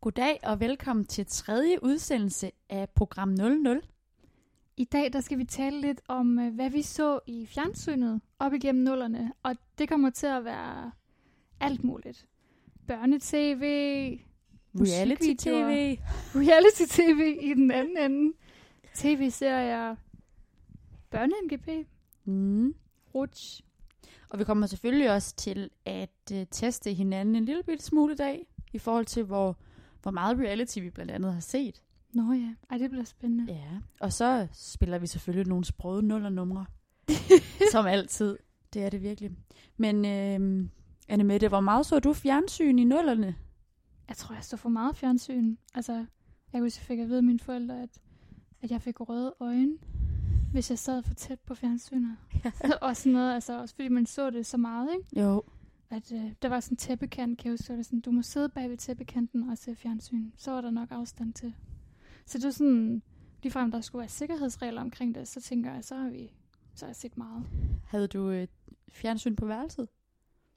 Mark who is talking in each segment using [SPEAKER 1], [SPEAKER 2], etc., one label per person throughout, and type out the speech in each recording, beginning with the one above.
[SPEAKER 1] Goddag og velkommen til tredje udsendelse af program 00.
[SPEAKER 2] I dag der skal vi tale lidt om, øh, hvad vi så i fjernsynet op igennem nullerne, og det kommer til at være alt muligt. Børnetv, Musikvideoer.
[SPEAKER 1] Reality-tv.
[SPEAKER 2] reality-tv i den anden ende, tv-serier, børne-MGP,
[SPEAKER 1] Mm.
[SPEAKER 2] Rutsch.
[SPEAKER 1] Og vi kommer selvfølgelig også til at øh, teste hinanden en lille bitte smule i dag, i forhold til, hvor, hvor meget reality vi blandt andet har set.
[SPEAKER 2] Nå ja, Ej, det bliver spændende.
[SPEAKER 1] Ja. Og så spiller vi selvfølgelig nogle sprøde nullernumre, som altid. Det er det virkelig. Men øh, Annemette, hvor meget så du fjernsyn i nullerne?
[SPEAKER 2] Jeg tror, jeg så for meget fjernsyn. Altså, jeg kan huske, jeg fik at vide af mine forældre, at, at jeg fik røde øjne, hvis jeg sad for tæt på fjernsynet. og sådan noget, altså også fordi man så det så meget, ikke?
[SPEAKER 1] Jo,
[SPEAKER 2] At øh, der var sådan en tæppekant, kan jeg huske, så var det sådan, du må sidde bag ved tæppekanten og se fjernsyn. Så var der nok afstand til. Så det var sådan, ligefrem der skulle være sikkerhedsregler omkring det, så tænker jeg, så har vi så har jeg set meget.
[SPEAKER 1] havde du øh, fjernsyn på værelset?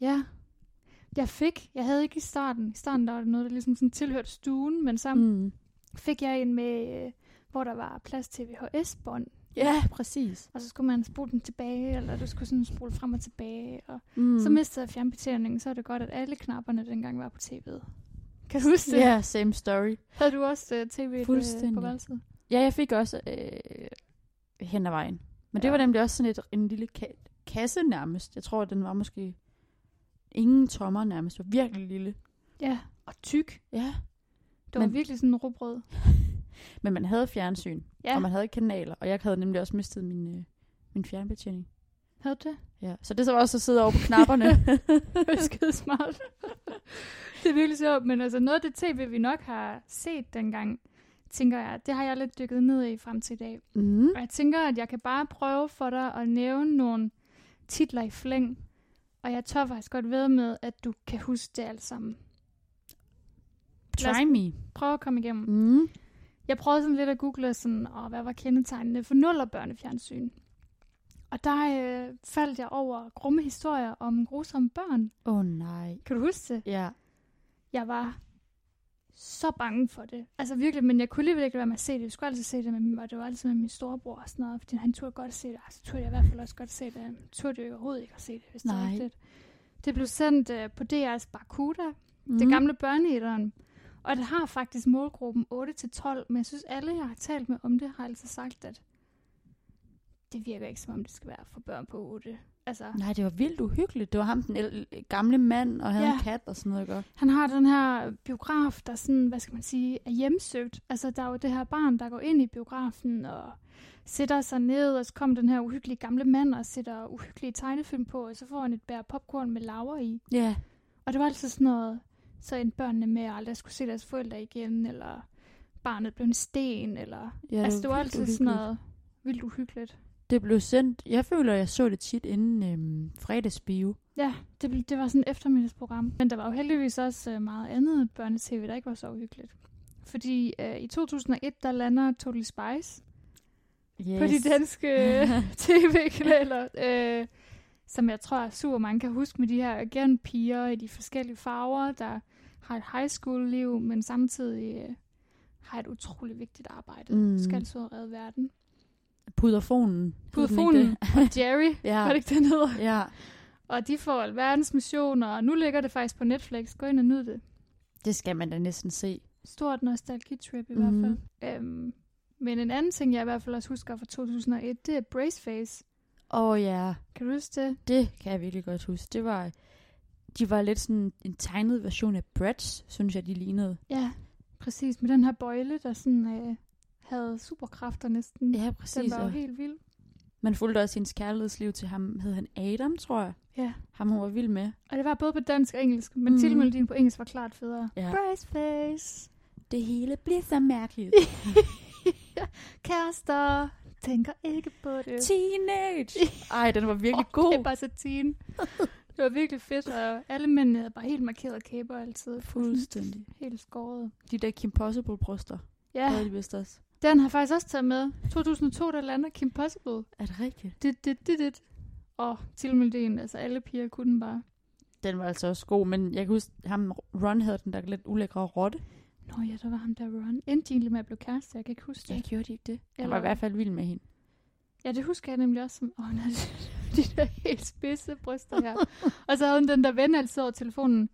[SPEAKER 2] Ja. Jeg fik, jeg havde ikke i starten. I starten der var det noget, der ligesom sådan tilhørte stuen, men sammen
[SPEAKER 1] Mm.
[SPEAKER 2] fik jeg en med, øh, hvor der var plads til VHS-bånd,
[SPEAKER 1] Ja, præcis.
[SPEAKER 2] og så skulle man spole den tilbage, eller du skulle sådan spole frem og tilbage, og
[SPEAKER 1] Mm.
[SPEAKER 2] mm. så mistede jeg fjernbetjeningen, så er det godt, at alle knapperne dengang var på tv'et. Kan du huske det?
[SPEAKER 1] Ja, same story.
[SPEAKER 2] Havde du også uh, tv øh, på
[SPEAKER 1] Fuldstændig.
[SPEAKER 2] værelset?
[SPEAKER 1] Ja, jeg fik også øh, hen ad vejen. Men det
[SPEAKER 2] Ja.
[SPEAKER 1] var nemlig også sådan et, en lille ka- kasse nærmest. Jeg tror, den var måske ingen tommer nærmest. Det var virkelig lille.
[SPEAKER 2] Ja, og tyk.
[SPEAKER 1] Ja.
[SPEAKER 2] Det var
[SPEAKER 1] Men-
[SPEAKER 2] men... virkelig sådan en råbrød.
[SPEAKER 1] Men man havde fjernsyn, ja.
[SPEAKER 2] Ja,
[SPEAKER 1] og man havde kanaler. Og jeg havde nemlig også mistet min, øh, min fjernbetjening.
[SPEAKER 2] havde du det?
[SPEAKER 1] Ja. Så det så var også at sidde over på knapperne.
[SPEAKER 2] Det var skide smart. det er virkelig sjovt, men altså noget af det tv, vi nok har set dengang, tænker jeg, det har jeg lidt dykket ned i frem til i dag.
[SPEAKER 1] mm.
[SPEAKER 2] Og jeg tænker, at jeg kan bare prøve for dig at nævne nogle titler i flæng. Og jeg tør faktisk godt ved med, at du kan huske det alt sammen. Lad os
[SPEAKER 1] Try me.
[SPEAKER 2] prøve at komme igennem.
[SPEAKER 1] Mm.
[SPEAKER 2] Jeg prøvede sådan lidt at google, sådan, og hvad var kendetegnene for nuller børnefjernsyn. Og der øh, faldt jeg over grumme historier om grusomme børn.
[SPEAKER 1] Åh oh, nej.
[SPEAKER 2] Kan du huske det?
[SPEAKER 1] Ja.
[SPEAKER 2] Jeg var så bange for det. Altså virkelig, men jeg kunne alligevel ikke lade være med at se det. Jeg skulle altid se det, men og det var altid med min storebror og sådan noget, fordi han turde godt se det. Altså turde jeg i hvert fald også godt se det. Han turde jo overhovedet ikke at se det, hvis det var
[SPEAKER 1] Nej.
[SPEAKER 2] rigtigt. Det blev sendt øh, på DR's Barcuda,
[SPEAKER 1] Mm.
[SPEAKER 2] det gamle børneætteren. Og det har faktisk målgruppen 8-12, men jeg synes, alle, jeg har talt med om det, har altså sagt, at det virker ikke, som om det skal være for børn på 8. Altså,
[SPEAKER 1] Nej, det var vildt uhyggeligt. Det var ham, den el- gamle mand, og havde
[SPEAKER 2] Ja.
[SPEAKER 1] en kat og sådan noget, ikke? også?
[SPEAKER 2] han har den her biograf, der sådan, hvad skal man sige, er hjemsøgt. Altså, der er jo det her barn, der går ind i biografen og sætter sig ned, og så kommer den her uhyggelige gamle mand og sætter uhyggelige tegnefilm på, og så får han et bær popcorn med laver i.
[SPEAKER 1] Ja.
[SPEAKER 2] Og det var altid sådan noget, så endte børnene med at aldrig skulle se deres forældre igen, eller barnet blev en sten, eller...
[SPEAKER 1] ja
[SPEAKER 2] Ja, altså, det var
[SPEAKER 1] vildt
[SPEAKER 2] altid sådan
[SPEAKER 1] uhyggeligt.
[SPEAKER 2] noget vildt uhyggeligt.
[SPEAKER 1] Det blev sendt. Jeg føler, jeg så det tit inden øhm, fredagsbio.
[SPEAKER 2] Ja, det, blev- det var sådan et eftermiddagsprogram. Men der var jo heldigvis også øh, meget andet børnetv, der ikke var så uhyggeligt. Fordi øh, i 2001, der lander Totally Spice yes. på de danske tv-kanaler, øh, som jeg tror, at super mange kan huske med de her igen piger i de forskellige farver, der har et high school-liv, men samtidig øh, har et utroligt vigtigt arbejde.
[SPEAKER 1] Mm.
[SPEAKER 2] Mm. Skal så redde verden.
[SPEAKER 1] Puderfonen. hed den ikke
[SPEAKER 2] Puderfonen
[SPEAKER 1] det?
[SPEAKER 2] og Jerry,
[SPEAKER 1] Ja.
[SPEAKER 2] var det ikke den hedder?
[SPEAKER 1] ja,
[SPEAKER 2] Og de får alverdens missioner, og nu ligger det faktisk på Netflix. Gå ind og nyd det.
[SPEAKER 1] det skal man da næsten se.
[SPEAKER 2] Stort nostalgitrip i
[SPEAKER 1] Mhm.
[SPEAKER 2] mm. hvert fald. Øhm, men en anden ting, jeg i hvert fald også husker fra 2001, det er Braceface.
[SPEAKER 1] Åh ja,
[SPEAKER 2] Kan du huske det?
[SPEAKER 1] det kan jeg virkelig godt huske. Det var, de var lidt sådan en tegnet version af Bratz, synes jeg, de lignede.
[SPEAKER 2] Ja, præcis. Med den her bøjle, der sådan øh, havde superkræfter næsten.
[SPEAKER 1] Ja,
[SPEAKER 2] Mm. den
[SPEAKER 1] præcis.
[SPEAKER 2] var jo
[SPEAKER 1] Og
[SPEAKER 2] helt vild.
[SPEAKER 1] man fulgte også hendes kærlighedsliv til ham. Hed han Adam, tror jeg.
[SPEAKER 2] Ja.
[SPEAKER 1] Ham, hun var vild med.
[SPEAKER 2] Og det var både på dansk og engelsk, men
[SPEAKER 1] Mhm.
[SPEAKER 2] mm. tilmeldingen på engelsk var klart federe.
[SPEAKER 1] Ja.
[SPEAKER 2] Braceface,
[SPEAKER 1] Det hele bliver så mærkeligt.
[SPEAKER 2] kærester, tænker ikke på det.
[SPEAKER 1] Teenage! Ej, den var virkelig
[SPEAKER 2] Åh,
[SPEAKER 1] god.
[SPEAKER 2] Det er bare så teen. Det var virkelig fedt, og alle mændene havde bare helt markeret kæber altid.
[SPEAKER 1] Fuldstændig.
[SPEAKER 2] Helt skåret.
[SPEAKER 1] De der Kim Possible-bryster,
[SPEAKER 2] Ja,
[SPEAKER 1] havde de vist også.
[SPEAKER 2] den har jeg faktisk også taget med. 2002, der lander Kim Possible.
[SPEAKER 1] Er det rigtigt?
[SPEAKER 2] Dit, dit, dit, dit. Og tilmeldingen, altså alle piger kunne den bare.
[SPEAKER 1] Den var altså også god, men jeg kan huske, ham Ron havde den der lidt ulækre rotte.
[SPEAKER 2] Nå ja, der var ham der, Ron. Endte de egentlig med at blive kæreste, jeg kan ikke huske
[SPEAKER 1] Jeg
[SPEAKER 2] det.
[SPEAKER 1] gjorde de ikke det. Jeg
[SPEAKER 2] Eller-
[SPEAKER 1] var i hvert fald vild med hende.
[SPEAKER 2] Ja, det husker jeg nemlig også som, åh nej, de der helt spidse bryster her. og så havde hun den der ven altid over telefonen.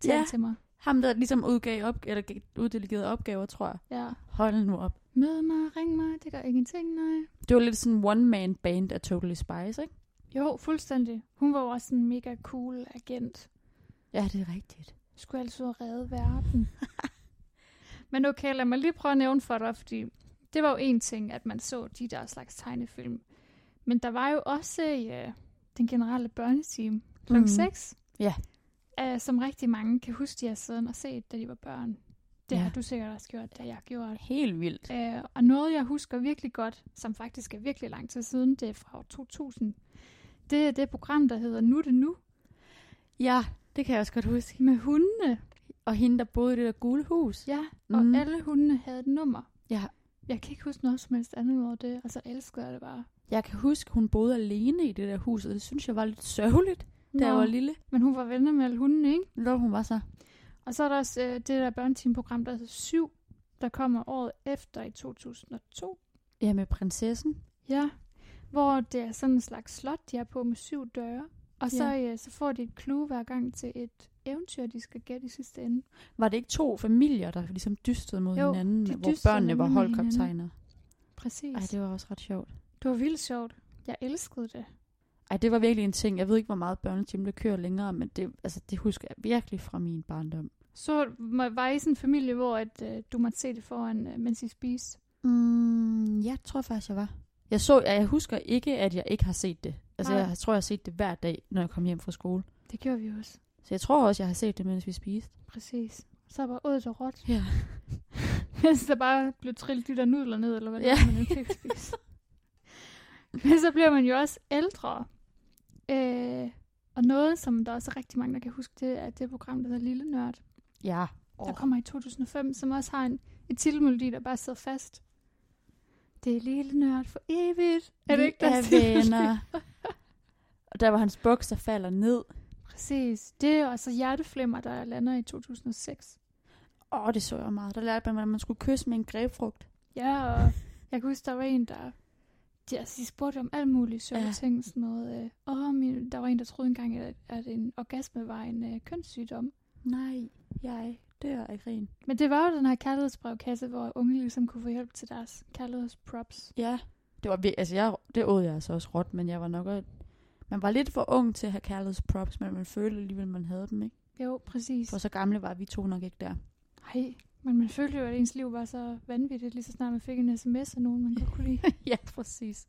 [SPEAKER 2] Tal
[SPEAKER 1] Ja.
[SPEAKER 2] til mig.
[SPEAKER 1] Ham, der ligesom udgav op, eller gav- uddelegerede opgaver, tror jeg.
[SPEAKER 2] Ja.
[SPEAKER 1] Hold nu op.
[SPEAKER 2] Mød mig, ring mig, det gør ingenting, nej.
[SPEAKER 1] Det var lidt sådan en one-man-band af Totally Spies, ikke?
[SPEAKER 2] Jo, fuldstændig. Hun var jo også en mega cool agent.
[SPEAKER 1] Ja, det er rigtigt.
[SPEAKER 2] Skulle altid redde verden. Men okay, lad mig lige prøve at nævne for dig, fordi det var jo en ting, at man så de der slags tegnefilm. Men der var jo også ja, den generelle børnetime kl.
[SPEAKER 1] Mhm.
[SPEAKER 2] Mm. 6.
[SPEAKER 1] Ja.
[SPEAKER 2] Uh, som rigtig mange kan huske, de har siddet og set, da de var børn. Det
[SPEAKER 1] Ja.
[SPEAKER 2] har du sikkert også gjort, da jeg gjorde det.
[SPEAKER 1] Helt vildt.
[SPEAKER 2] Øh, og noget, jeg husker virkelig godt, som faktisk er virkelig lang tid siden, det er fra år 2000, det er det program, der hedder Nu er det nu,
[SPEAKER 1] Ja, det kan jeg også godt huske.
[SPEAKER 2] med hundene.
[SPEAKER 1] Og hende, der boede i det der gule hus.
[SPEAKER 2] Ja, og
[SPEAKER 1] Mm.
[SPEAKER 2] mm. alle hundene havde et nummer.
[SPEAKER 1] Ja.
[SPEAKER 2] Jeg kan ikke huske noget som helst andet over det, og så elskede jeg det bare.
[SPEAKER 1] Jeg kan huske, hun boede alene i det der hus, og det synes jeg var lidt sørgeligt, da jeg
[SPEAKER 2] Nå,
[SPEAKER 1] var lille.
[SPEAKER 2] Men hun var venner med alle hundene, ikke?
[SPEAKER 1] Når hun var så.
[SPEAKER 2] Og så er der også øh, det der børneteamprogram, der hedder 7, der kommer året efter i 2002.
[SPEAKER 1] Ja, med prinsessen.
[SPEAKER 2] Ja, hvor det er sådan en slags slot, de har på med syv døre. Og så, ja. øh, så får de et clue hver gang til et eventyr, de skal gætte i sidste ende.
[SPEAKER 1] Var det ikke to familier, der ligesom dystede mod
[SPEAKER 2] Jo,
[SPEAKER 1] hinanden,
[SPEAKER 2] de
[SPEAKER 1] hvor
[SPEAKER 2] dystede
[SPEAKER 1] børnene var
[SPEAKER 2] nemlig med
[SPEAKER 1] holdkaptajner?
[SPEAKER 2] Præcis.
[SPEAKER 1] Ej, det var også ret sjovt.
[SPEAKER 2] Det var vildt sjovt. Jeg elskede det.
[SPEAKER 1] Ej, det var virkelig en ting. Jeg ved ikke, hvor meget børnetime der kører længere, men det, altså, det husker jeg virkelig fra min barndom.
[SPEAKER 2] Så må- var I sådan en familie, hvor at, øh, du måtte se det foran, øh, mens I spiste?
[SPEAKER 1] Mm, jeg tror faktisk, jeg var. Jeg, så, jeg, jeg husker ikke, at jeg ikke har set det. Altså,
[SPEAKER 2] Nej.
[SPEAKER 1] jeg tror, jeg har set det hver dag, når jeg kom hjem fra skole.
[SPEAKER 2] Det gjorde vi også.
[SPEAKER 1] Så jeg tror også, jeg har set det, mens vi spiste.
[SPEAKER 2] Præcis. Så var ådet og råt.
[SPEAKER 1] Ja.
[SPEAKER 2] Mens der bare blev trillet de der nudler ned, eller hvad det
[SPEAKER 1] Ja.
[SPEAKER 2] var, man ikke fik spist. Men så bliver man jo også ældre. Øh, og noget, som der også er rigtig mange, der kan huske, det er det program, der hedder Lille Nørd,
[SPEAKER 1] Ja.
[SPEAKER 2] oh. der kommer i 2005, som også har en, en titelmelodi, der bare sidder fast. Det er Lille Nørd for evigt. Er det
[SPEAKER 1] Vi
[SPEAKER 2] ikke der
[SPEAKER 1] er
[SPEAKER 2] titelmelodi?
[SPEAKER 1] venner. Og der var hans bukser falder ned.
[SPEAKER 2] Præcis. Det er altså hjerteflimmer, der lander i 2006.
[SPEAKER 1] Åh, det så jeg meget. Der lærte man, hvordan man skulle kysse med en grebfrugt.
[SPEAKER 2] Ja, og jeg kan huske, der var en, der... De, altså, de spurgte om alt muligt sjove
[SPEAKER 1] Ja.
[SPEAKER 2] ja. ting, sådan noget. Øh, åh, min, der var en, der troede engang, at, at en orgasme var en øh, kønssygdom.
[SPEAKER 1] Nej, jeg dør af grin.
[SPEAKER 2] Men det var jo den her kærlighedsbrevkasse, hvor unge ligesom kunne få hjælp til deres kærlighedsprops.
[SPEAKER 1] Ja. Det var vir- altså, jeg, det åd jeg altså også råt, men jeg var nok... også- Man var lidt for ung til at have kærlighedsprops, men man følte alligevel, man havde dem, ikke?
[SPEAKER 2] Jo, præcis.
[SPEAKER 1] For så gamle var vi to nok ikke der.
[SPEAKER 2] Ej, men man følte jo, at ens liv var så vanvittigt, lige så snart man fik en sms af nogen, man godt kunne lide.
[SPEAKER 1] ja, præcis.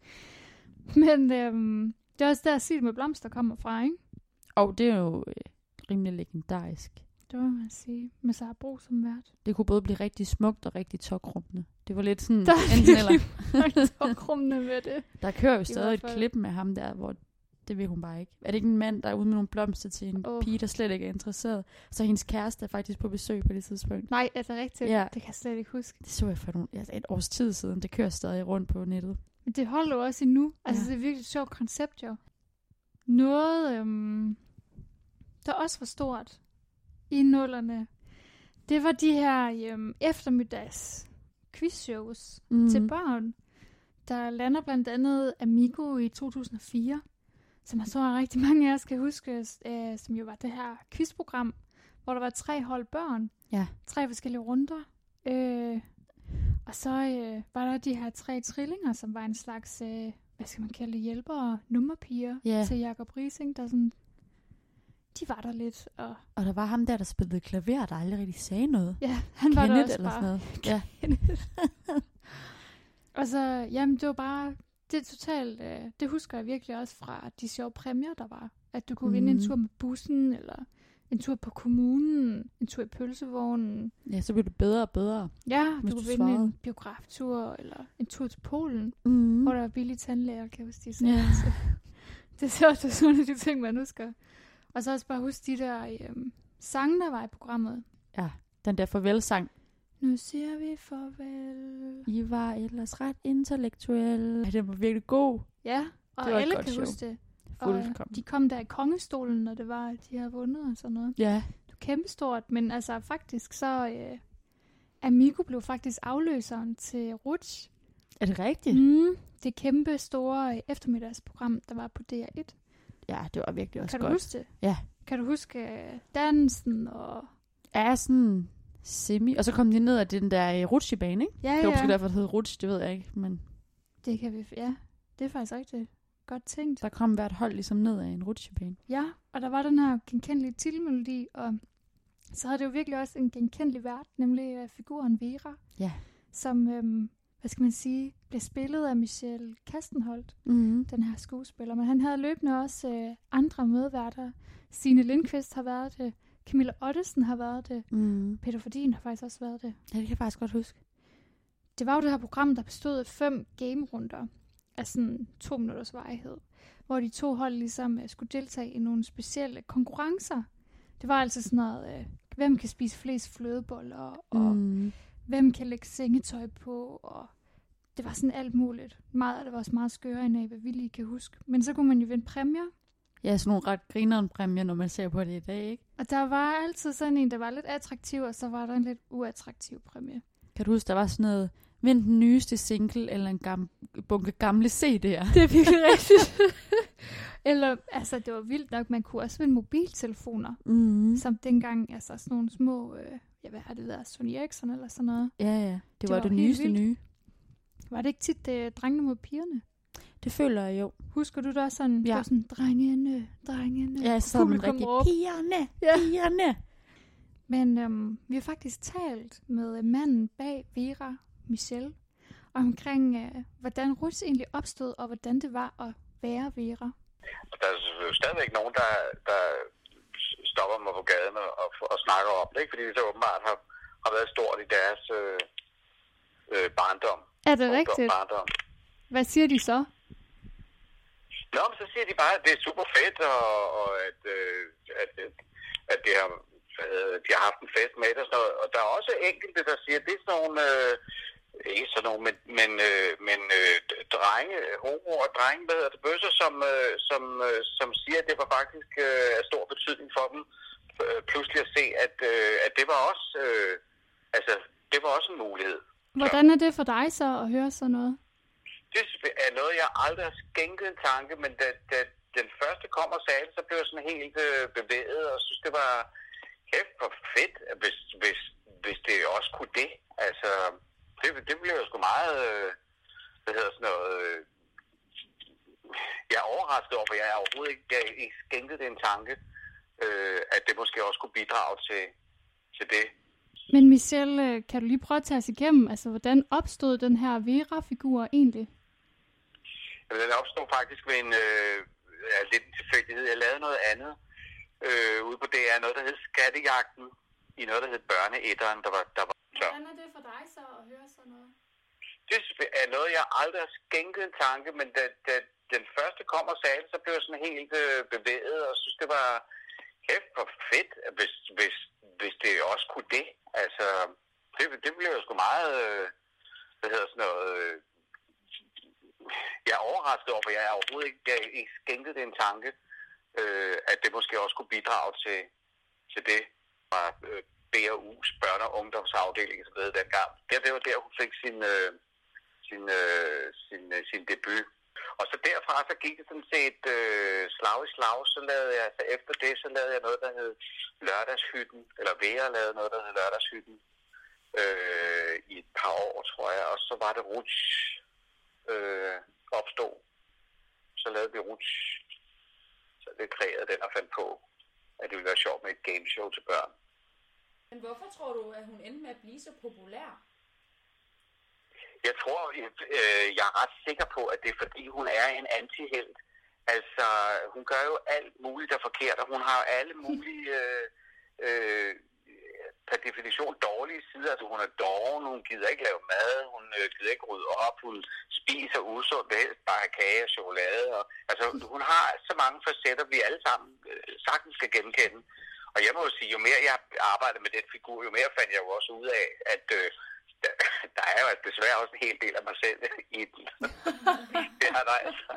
[SPEAKER 2] Men øhm, det er også der, Sild med blomster kommer fra, ikke?
[SPEAKER 1] Og det er jo øh, rimelig legendarisk.
[SPEAKER 2] Det må man sige. Med Sara Bro som vært.
[SPEAKER 1] Det kunne både blive rigtig smukt og rigtig tokrummende. Det var lidt sådan...
[SPEAKER 2] Der er
[SPEAKER 1] enten eller.
[SPEAKER 2] virkelig mange tåkrummende med det.
[SPEAKER 1] Der kører jo stadig et
[SPEAKER 2] hvert fald.
[SPEAKER 1] klip med ham der, hvor det vil hun bare ikke. Er det ikke en mand, der er ude med nogle blomster til en oh.
[SPEAKER 2] Åh.
[SPEAKER 1] pige, der slet ikke er interesseret? Så hendes kæreste er faktisk på besøg på det tidspunkt.
[SPEAKER 2] Nej, er det rigtigt?
[SPEAKER 1] Ja.
[SPEAKER 2] Det kan jeg slet ikke huske.
[SPEAKER 1] Det så jeg for nogle, altså et års tid siden. Det kører stadig rundt på nettet.
[SPEAKER 2] Men det holder jo også endnu. Altså,
[SPEAKER 1] Ja.
[SPEAKER 2] ja. det er virkelig et sjovt koncept, jo. Noget, øhm, der også var stort i nullerne, det var de her øhm, eftermiddags quizshows mm. til børn. Der lander blandt andet Amigo i 2004, som jeg tror, at rigtig mange af jer skal huske, øh, som jo var det her quizprogram, hvor der var tre hold børn.
[SPEAKER 1] Ja.
[SPEAKER 2] Tre forskellige runder. Øh, og så øh, var der de her tre trillinger, som var en slags, øh, hvad skal man kalde det, hjælpere, nummerpiger
[SPEAKER 1] Ja.
[SPEAKER 2] til Jacob Rising, der sådan, de var der lidt, og
[SPEAKER 1] Og der var ham der, der spillede klaver, der aldrig rigtig sagde noget.
[SPEAKER 2] ja, han var der
[SPEAKER 1] Kenneth
[SPEAKER 2] også
[SPEAKER 1] eller
[SPEAKER 2] bare.
[SPEAKER 1] sådan noget. Ja.
[SPEAKER 2] Og så, jamen det var bare, det er totalt, øh, det husker jeg virkelig også fra de sjove præmier, der var. At du kunne vinde
[SPEAKER 1] Mhm.
[SPEAKER 2] en tur med bussen, eller en tur på kommunen, en tur i pølsevognen.
[SPEAKER 1] ja, så blev det bedre og bedre.
[SPEAKER 2] Ja,
[SPEAKER 1] Hvis
[SPEAKER 2] du kunne
[SPEAKER 1] du
[SPEAKER 2] vinde svarede.
[SPEAKER 1] svarede.
[SPEAKER 2] en biograftur, eller en tur til Polen, mm.
[SPEAKER 1] Mm.
[SPEAKER 2] hvor der var billige tandlæger, kan jeg huske, de sagde.
[SPEAKER 1] Ja.
[SPEAKER 2] Så Det er sjovt, det er sådan nogle af de ting, man husker. Og så også bare huske de der øhm, sange, der var i programmet.
[SPEAKER 1] Den der farvelsang.
[SPEAKER 2] Nu siger vi farvel.
[SPEAKER 1] I var ellers ret intellektuel. Ja, den var virkelig god.
[SPEAKER 2] Ja, og
[SPEAKER 1] Det var et
[SPEAKER 2] alle
[SPEAKER 1] godt
[SPEAKER 2] kan
[SPEAKER 1] show.
[SPEAKER 2] huske det. Og øh,
[SPEAKER 1] Fuldkommen.
[SPEAKER 2] de kom der i kongestolen, når det var, at de havde vundet og sådan noget.
[SPEAKER 1] Ja,
[SPEAKER 2] Det var kæmpestort, men altså faktisk så øh, Amigo blev faktisk afløseren til Rutsch.
[SPEAKER 1] Er det rigtigt?
[SPEAKER 2] Mm, det kæmpe store øh, eftermiddagsprogram, der var på DR1.
[SPEAKER 1] Ja, det var virkelig også
[SPEAKER 2] Kan du
[SPEAKER 1] godt.
[SPEAKER 2] huske det?
[SPEAKER 1] Ja.
[SPEAKER 2] Kan du huske øh, dansen og...
[SPEAKER 1] Er sådan semi. Og så kom de ned af den der øh, rutsjebane, ikke?
[SPEAKER 2] Ja,
[SPEAKER 1] Det var måske
[SPEAKER 2] ja.
[SPEAKER 1] derfor, det hed rutsch, det ved jeg ikke. Men
[SPEAKER 2] Det kan vi... Ja, det er faktisk rigtigt. Godt tænkt.
[SPEAKER 1] der kom hvert hold ligesom ned af en rutsjebane.
[SPEAKER 2] Ja, og der var den her genkendelige tilmelodi, og så havde det jo virkelig også en genkendelig vært, nemlig øh, figuren Vera.
[SPEAKER 1] Ja.
[SPEAKER 2] Som, øhm, hvad skal man sige, blev spillet af Michelle Kastenholt,
[SPEAKER 1] Mm-hmm.
[SPEAKER 2] den her skuespiller. Men han havde løbende også øh, andre medværter. Stine Lindqvist har været det, Camilla Ottesen har været det,
[SPEAKER 1] Mm.
[SPEAKER 2] Peter Fordin har faktisk også været det.
[SPEAKER 1] Ja, det kan jeg faktisk godt huske.
[SPEAKER 2] Det var jo det her program, der bestod af fem gamerunder af sådan to minutters varighed, hvor de to hold ligesom øh, skulle deltage i nogle specielle konkurrencer. Det var altså sådan noget, øh, hvem kan spise flest flødeboller, og mm.
[SPEAKER 1] Mm.
[SPEAKER 2] hvem kan lægge sengetøj på, og det var sådan alt muligt. Meget af det var også meget skøre end af, hvad vi lige kan huske. Men så kunne man jo vinde præmier,
[SPEAKER 1] Ja, sådan nogle ret grineren præmier, når man ser på det i dag, ikke?
[SPEAKER 2] og der var altid sådan en, der var lidt attraktiv, og så var der en lidt uattraktiv præmie.
[SPEAKER 1] Kan du huske, der var sådan noget, vind den nyeste single eller en gam- bunke gamle CD'er?
[SPEAKER 2] Det er virkelig rigtigt. Eller, altså, det var vildt nok. Man kunne også vinde mobiltelefoner,
[SPEAKER 1] Mm.
[SPEAKER 2] mm. som dengang, altså sådan nogle små, øh, ja, hvad har det været, Sony Ericsson eller sådan noget.
[SPEAKER 1] Ja, ja. Det, det var,
[SPEAKER 2] var
[SPEAKER 1] det
[SPEAKER 2] jo helt
[SPEAKER 1] nyeste
[SPEAKER 2] vildt.
[SPEAKER 1] nye.
[SPEAKER 2] Var det ikke tit det, drengene mod pigerne?
[SPEAKER 1] Det føler jeg jo.
[SPEAKER 2] Husker du da også sådan,
[SPEAKER 1] Ja.
[SPEAKER 2] ja. sådan drengene, drengene.
[SPEAKER 1] Ja, så man
[SPEAKER 2] publikum
[SPEAKER 1] rigtig,
[SPEAKER 2] råbe.
[SPEAKER 1] pigerne,
[SPEAKER 2] Ja.
[SPEAKER 1] pigerne.
[SPEAKER 2] Men øhm, vi har faktisk talt med øh, manden bag Vera, Michelle, omkring, øh, hvordan Ruts egentlig opstod, og hvordan det var at være Vera.
[SPEAKER 3] Og der er jo stadigvæk nogen, der, der stopper mig på gaden og, og, og snakker om det, ikke? fordi det så åbenbart har, har været stort i deres øh, øh, barndom.
[SPEAKER 2] Er det
[SPEAKER 3] Ungdom,
[SPEAKER 2] rigtigt?
[SPEAKER 3] Barndom.
[SPEAKER 2] Hvad siger de så?
[SPEAKER 3] Nå, men så siger de bare, at det er super fedt, og, og at, øh, at, at det har, øh, de har haft en fest med det og sådan noget. Og der er også enkelte, der siger, at det er sådan nogle, øh, ikke sådan nogle, men, men, øh, men øh, drenge, homo og drenge, hvad hedder det, bøsser, som, øh, som, øh, som siger, at det var faktisk øh, af stor betydning for dem, øh, pludselig at se, at, øh, at det var også, øh, altså, det var også en mulighed.
[SPEAKER 2] Hvordan er det for dig så at høre sådan noget?
[SPEAKER 3] det er noget, jeg aldrig har skænket en tanke, men da, da den første kom og sagde det, så blev jeg sådan helt øh, bevæget, og synes, det var kæft for fedt, at hvis, hvis, hvis det også kunne det. Altså, det, det blev jeg sgu meget, øh, hvad hedder sådan noget, øh, jeg er overrasket over, for jeg er overhovedet ikke, jeg har ikke skænket det en tanke, øh, at det måske også kunne bidrage til, til det.
[SPEAKER 2] Men Michelle, øh, kan du lige prøve at tage os igennem, altså hvordan opstod den her Vera-figur egentlig?
[SPEAKER 3] Jamen, Den opstod faktisk ved en øh, ja, lidt en tilfældighed. Jeg lavede noget andet øh, ude på DR, noget der hed Skattejagten, i noget der hed Børneætteren, der var, der var så.
[SPEAKER 2] er det for dig så at høre sådan noget?
[SPEAKER 3] Det er noget, jeg aldrig har skænket en tanke, men da, da den første kom og sagde det, så blev jeg sådan helt øh, bevæget, og synes, det var kæft for fedt, at hvis, hvis, hvis det også kunne det. Altså, det, det blev jeg sgu meget, øh, hvad hedder sådan noget, øh, jeg er overrasket over, for jeg er overhovedet ikke, jeg har ikke skænket det en tanke, øh, at det måske også kunne bidrage til, til det fra øh, BRU's børne- og ungdomsafdeling, som det hed dengang. Det, det var der, hun fik sin... Øh, sin, øh, sin, øh, sin debut. Og så derfra, så gik det sådan set øh, slag i slag, så lavede jeg, altså efter det, så lavede jeg noget, der hed Lørdagshytten, eller Vera lavede noget, der hed Lørdagshytten, øh, i et par år, tror jeg, og så var det Rutsch øh, opstod. Så lavede vi Rutsch, så det kreerede den og fandt på, at det ville være sjovt med et gameshow til børn.
[SPEAKER 1] Men hvorfor tror du, at hun endte med at blive så populær?
[SPEAKER 3] Jeg tror, jeg- øh, jeg er ret sikker på, at det er fordi, hun er en antihelt. Altså, hun gør jo alt muligt, der er forkert, og hun har jo alle mulige, øh, øh, per definition, dårlige sider. Altså, hun er doven, hun gider ikke lave mad, hun øh, gider ikke rydde op, hun spiser usundt, helst bare kage og chokolade. Og, altså, hun har så mange facetter, vi alle sammen øh, sagtens skal genkende. Og jeg må jo sige, jo mere jeg arbejdede med den figur, jo mere fandt jeg jo også ud af, at øh, der er jo altså desværre også en hel del af mig selv i den. det er der altså.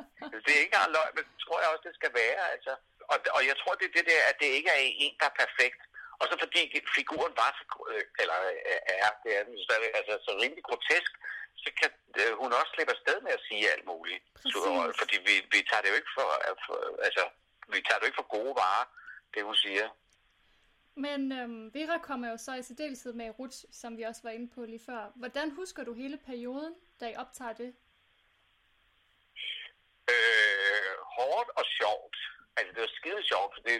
[SPEAKER 3] Det er ikke engang løgn, men det tror jeg også, det skal være. Altså. Og, og jeg tror, det er det der, at det ikke er en, der er perfekt. Og så fordi figuren var, så gro- øh, eller øh, er, det er den jo stadigvæk, altså så rimelig grotesk, så kan øh, hun også slippe afsted med at sige alt muligt.
[SPEAKER 1] Præcis.
[SPEAKER 3] Så, fordi vi, vi tager det jo ikke for, for, altså, vi tager det jo ikke for gode varer, det hun siger.
[SPEAKER 4] Men øhm, Vera kommer jo så i særdeleshed med Ruts, som vi også var inde på lige før. Hvordan husker du hele perioden, da I optager det?
[SPEAKER 3] øh, hårdt og sjovt. Altså, det var skide sjovt, fordi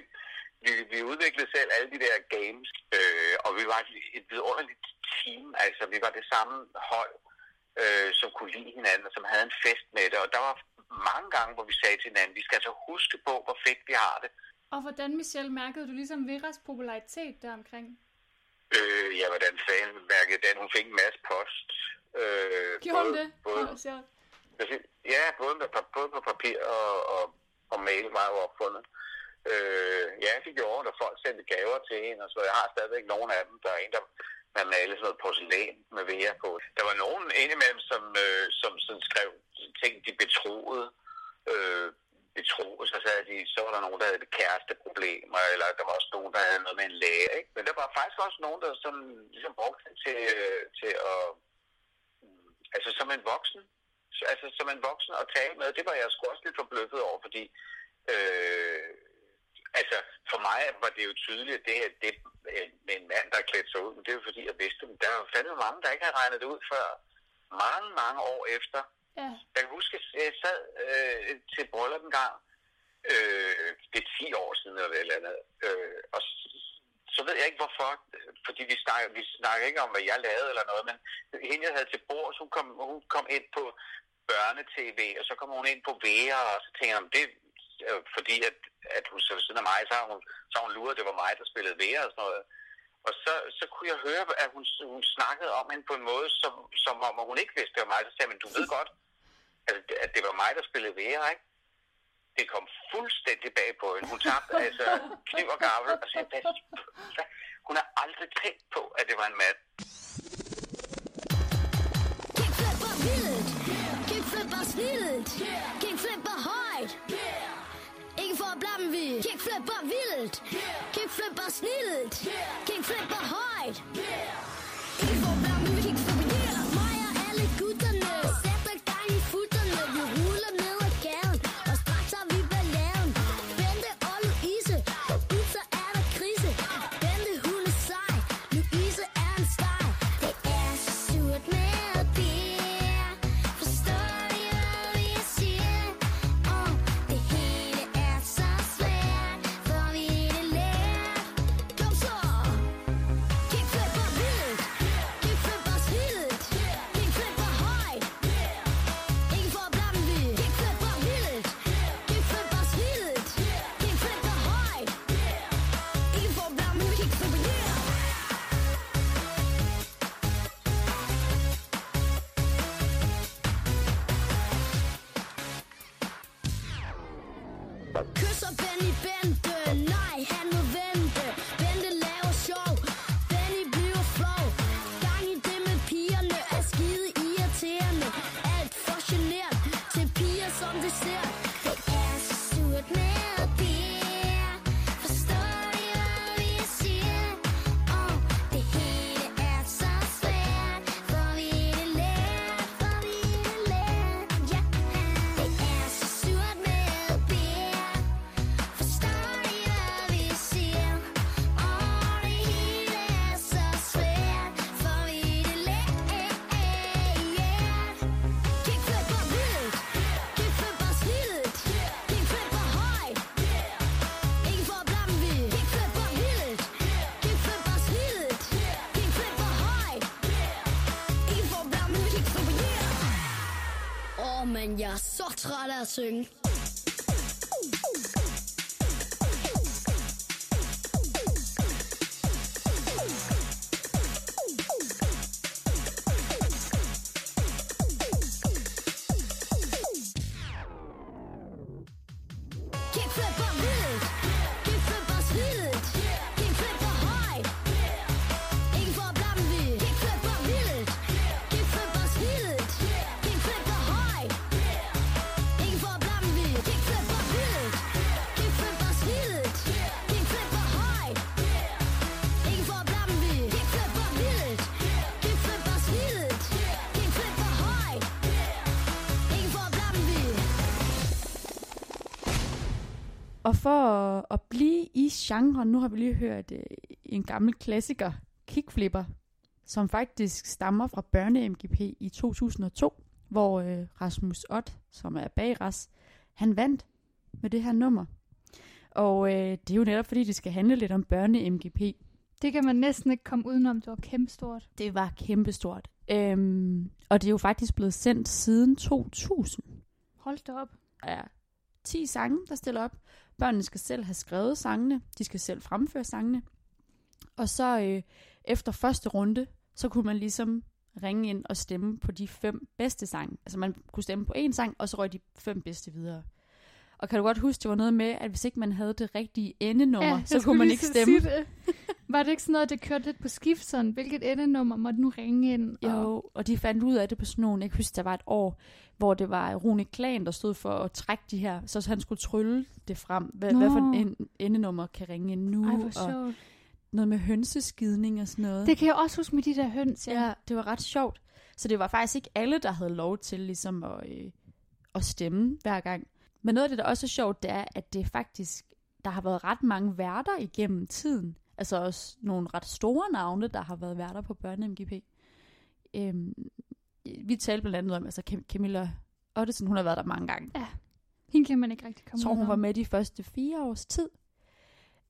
[SPEAKER 3] vi, vi udviklede selv alle de der games, øh, og vi var et, et vidunderligt team. Altså, vi var det samme hold, øh, som kunne lide hinanden, og som havde en fest med det. Og der var mange gange, hvor vi sagde til hinanden, vi skal altså huske på, hvor fedt vi har det.
[SPEAKER 4] Og hvordan, Michelle, mærkede du ligesom Veras popularitet deromkring?
[SPEAKER 3] Øh, ja, hvordan fanden mærkede den? Hun fik en masse post. Øh,
[SPEAKER 4] Gjorde hun
[SPEAKER 3] både-
[SPEAKER 4] det?
[SPEAKER 3] Både,
[SPEAKER 4] Hvor sjovt.
[SPEAKER 3] Præcis. Ja, både, med, både på papir og, og, og mail var jo opfundet. Øh, ja, det gjorde hun, og folk sendte gaver til hende, og så jeg har stadigvæk nogle af dem. Der er en, der man malede sådan noget porcelæn med VR på. Der var nogen indimellem, som, øh, som sådan skrev ting, de betroede. Øh, betroede, så sagde de, så var der nogen, der havde kæresteproblemer, eller der var også nogen, der havde noget med en læge. Ikke? Men der var faktisk også nogen, der sådan, ligesom brugte det til, øh, til at... Altså som en voksen, så- altså, som en voksen at tale med, det var jeg sgu også lidt forbløffet over, fordi øh, altså, for mig var det jo tydeligt, at det her det er en, en mand, der klædte sig ud, men det er jo fordi, jeg vidste, men der er jo fandme mange, der ikke havde regnet det ud før mange, mange år efter.
[SPEAKER 4] Ja,
[SPEAKER 3] Jeg kan huske, at jeg sad øh, til et bryllup en gang, øh, det er 10 år siden eller et eller andet, øh, og s- så ved jeg ikke hvorfor, øh, fordi vi snakker, vi snakker ikke om, hvad jeg lavede eller noget, men hende, jeg havde til bords, hun kom, hun kom ind på børnetv, og så kom hun ind på VR, og så tænkte jeg, "Nå, men det er jo fordi, at, at hun så ved siden af mig, så har hun, så har hun luret, at det var mig, der spillede VR og sådan noget. Og så, så kunne jeg høre, at hun, hun snakkede om hende på en måde, som, som om at hun ikke vidste, det var mig. Så sagde jeg, men du ved godt, altså, det- at det var mig, der spillede VR, ikke? Det kom fuldstændig bag på hende. Hun tabte altså kniv og gaffel, og sagde, hvad, hvad? hun har aldrig tænkt på, at det var en mand.
[SPEAKER 5] Kick flipper wild. Kick flipper wild. Kick flipper hard. Ikke for at blande vi. Kick flipper wild. Kick flipper wild. Kick flipper hard. Ikke for at blande vi. Kick flipper wild. Mig og alle gutterne. Sætter gang i futterne. Vi ruller ned ad gaden. Og straks har vi balladen. Bente og Louise. Ud så er der krise. Bente hun er sej. Louise er en steg. Det er så surt med beer. Forstår I, hvad jeg siger? Åh, det hele er så svært, for vi er det lært. Kom så! Kickflipper wild. Kickflippers wild. Kickflipper high. Ikke for at blande vi. Kickflipper wild. Kickflippers wild. Kickflipper high. Ikke for at blande vi. Kickflipper yeah. Kysser Benny Bente Nej, han må vente Bente laver sjov Benny bliver flov Gang i det med pigerne Er skide irriterende Alt for genert Til piger som det ser Det er så surt med beer Forstår I, hvad jeg siger? Åh, det hele er så svært For vi er det lært For vi er det lært Ja, det er så surt med beer Forstår I, hvad vi siger? Åh, det hele er så svært, for vi er det lært. Kickflipper vildt, kickflippers vildt, kickflipper højt. Ikke for at blande vi. Kickflipper vildt, kickflippers vildt, kickflipper højt. Ikke for at blande vi. Kickflipper yeah. Åh, men jeg er så træt af at synge. Kickflipper vildt. Kickflippers vildt. Kickflipper høj. Ikke for at blande vi. Kickflipper vildt. Kickflippers vildt. Kickflipper høj. Ikke for at blande vi. Kickflipper vildt. Kickflippers vildt. Kickflipper høj.
[SPEAKER 1] Og for at, at blive i genren, nu har vi lige hørt øh, en gammel klassiker, Kickflipper, som faktisk stammer fra børne-MGP i 2002, hvor øh, Rasmus Ott, som er bag RAS, han vandt med det her nummer. Og øh, det er jo netop, fordi det skal handle lidt om børne-MGP.
[SPEAKER 2] Det kan man næsten ikke komme udenom, det var kæmpe stort.
[SPEAKER 1] Det var kæmpestort. Øhm, og det er jo faktisk blevet sendt siden 2000.
[SPEAKER 2] Hold da op.
[SPEAKER 1] Der er 10 sange, der stiller op. Børnene skal selv have skrevet sangene. De skal selv fremføre sangene. Og så øh, efter første runde, så kunne man ligesom ringe ind og stemme på de fem bedste sange. Altså man kunne stemme på én sang, og så røg de fem bedste videre. Og kan du godt huske, det var noget med, at hvis ikke man havde det rigtige endenummer,
[SPEAKER 2] jeg
[SPEAKER 1] så kunne
[SPEAKER 2] skulle
[SPEAKER 1] man
[SPEAKER 2] lige
[SPEAKER 1] ikke
[SPEAKER 2] til at
[SPEAKER 1] stemme.
[SPEAKER 2] sige det. Var det ikke sådan noget, det kørte lidt på skift, sådan, hvilket endenummer måtte nu ringe ind? Og,
[SPEAKER 1] Jo, og de fandt ud af det på sådan nogle, jeg kan huske, der var et år, hvor det var Rune Klan, der stod for at trække de her, så han skulle trylle det frem. Hvad, hvad for
[SPEAKER 2] Nå.
[SPEAKER 1] en en- endenummer kan ringe ind nu?
[SPEAKER 2] ej, hvor
[SPEAKER 1] og
[SPEAKER 2] sjovt.
[SPEAKER 1] noget med hønseskidning og sådan noget.
[SPEAKER 2] Det kan jeg også huske med de der høns, ja.
[SPEAKER 1] ja, det var ret sjovt. Så det var faktisk ikke alle, der havde lov til ligesom at, øh, at stemme hver gang. Men noget af det, der også er sjovt, det er, at det faktisk, der har været ret mange værter igennem tiden. Altså også nogle ret store navne, der har været værter på børne-MGP. Øhm, vi talte blandt andet om, altså Cam- Camilla Ottesen, hun har været der mange gange.
[SPEAKER 2] Hende kan man ikke rigtig komme
[SPEAKER 1] Jeg tror, hun
[SPEAKER 2] udenom.
[SPEAKER 1] var med de første fire års tid.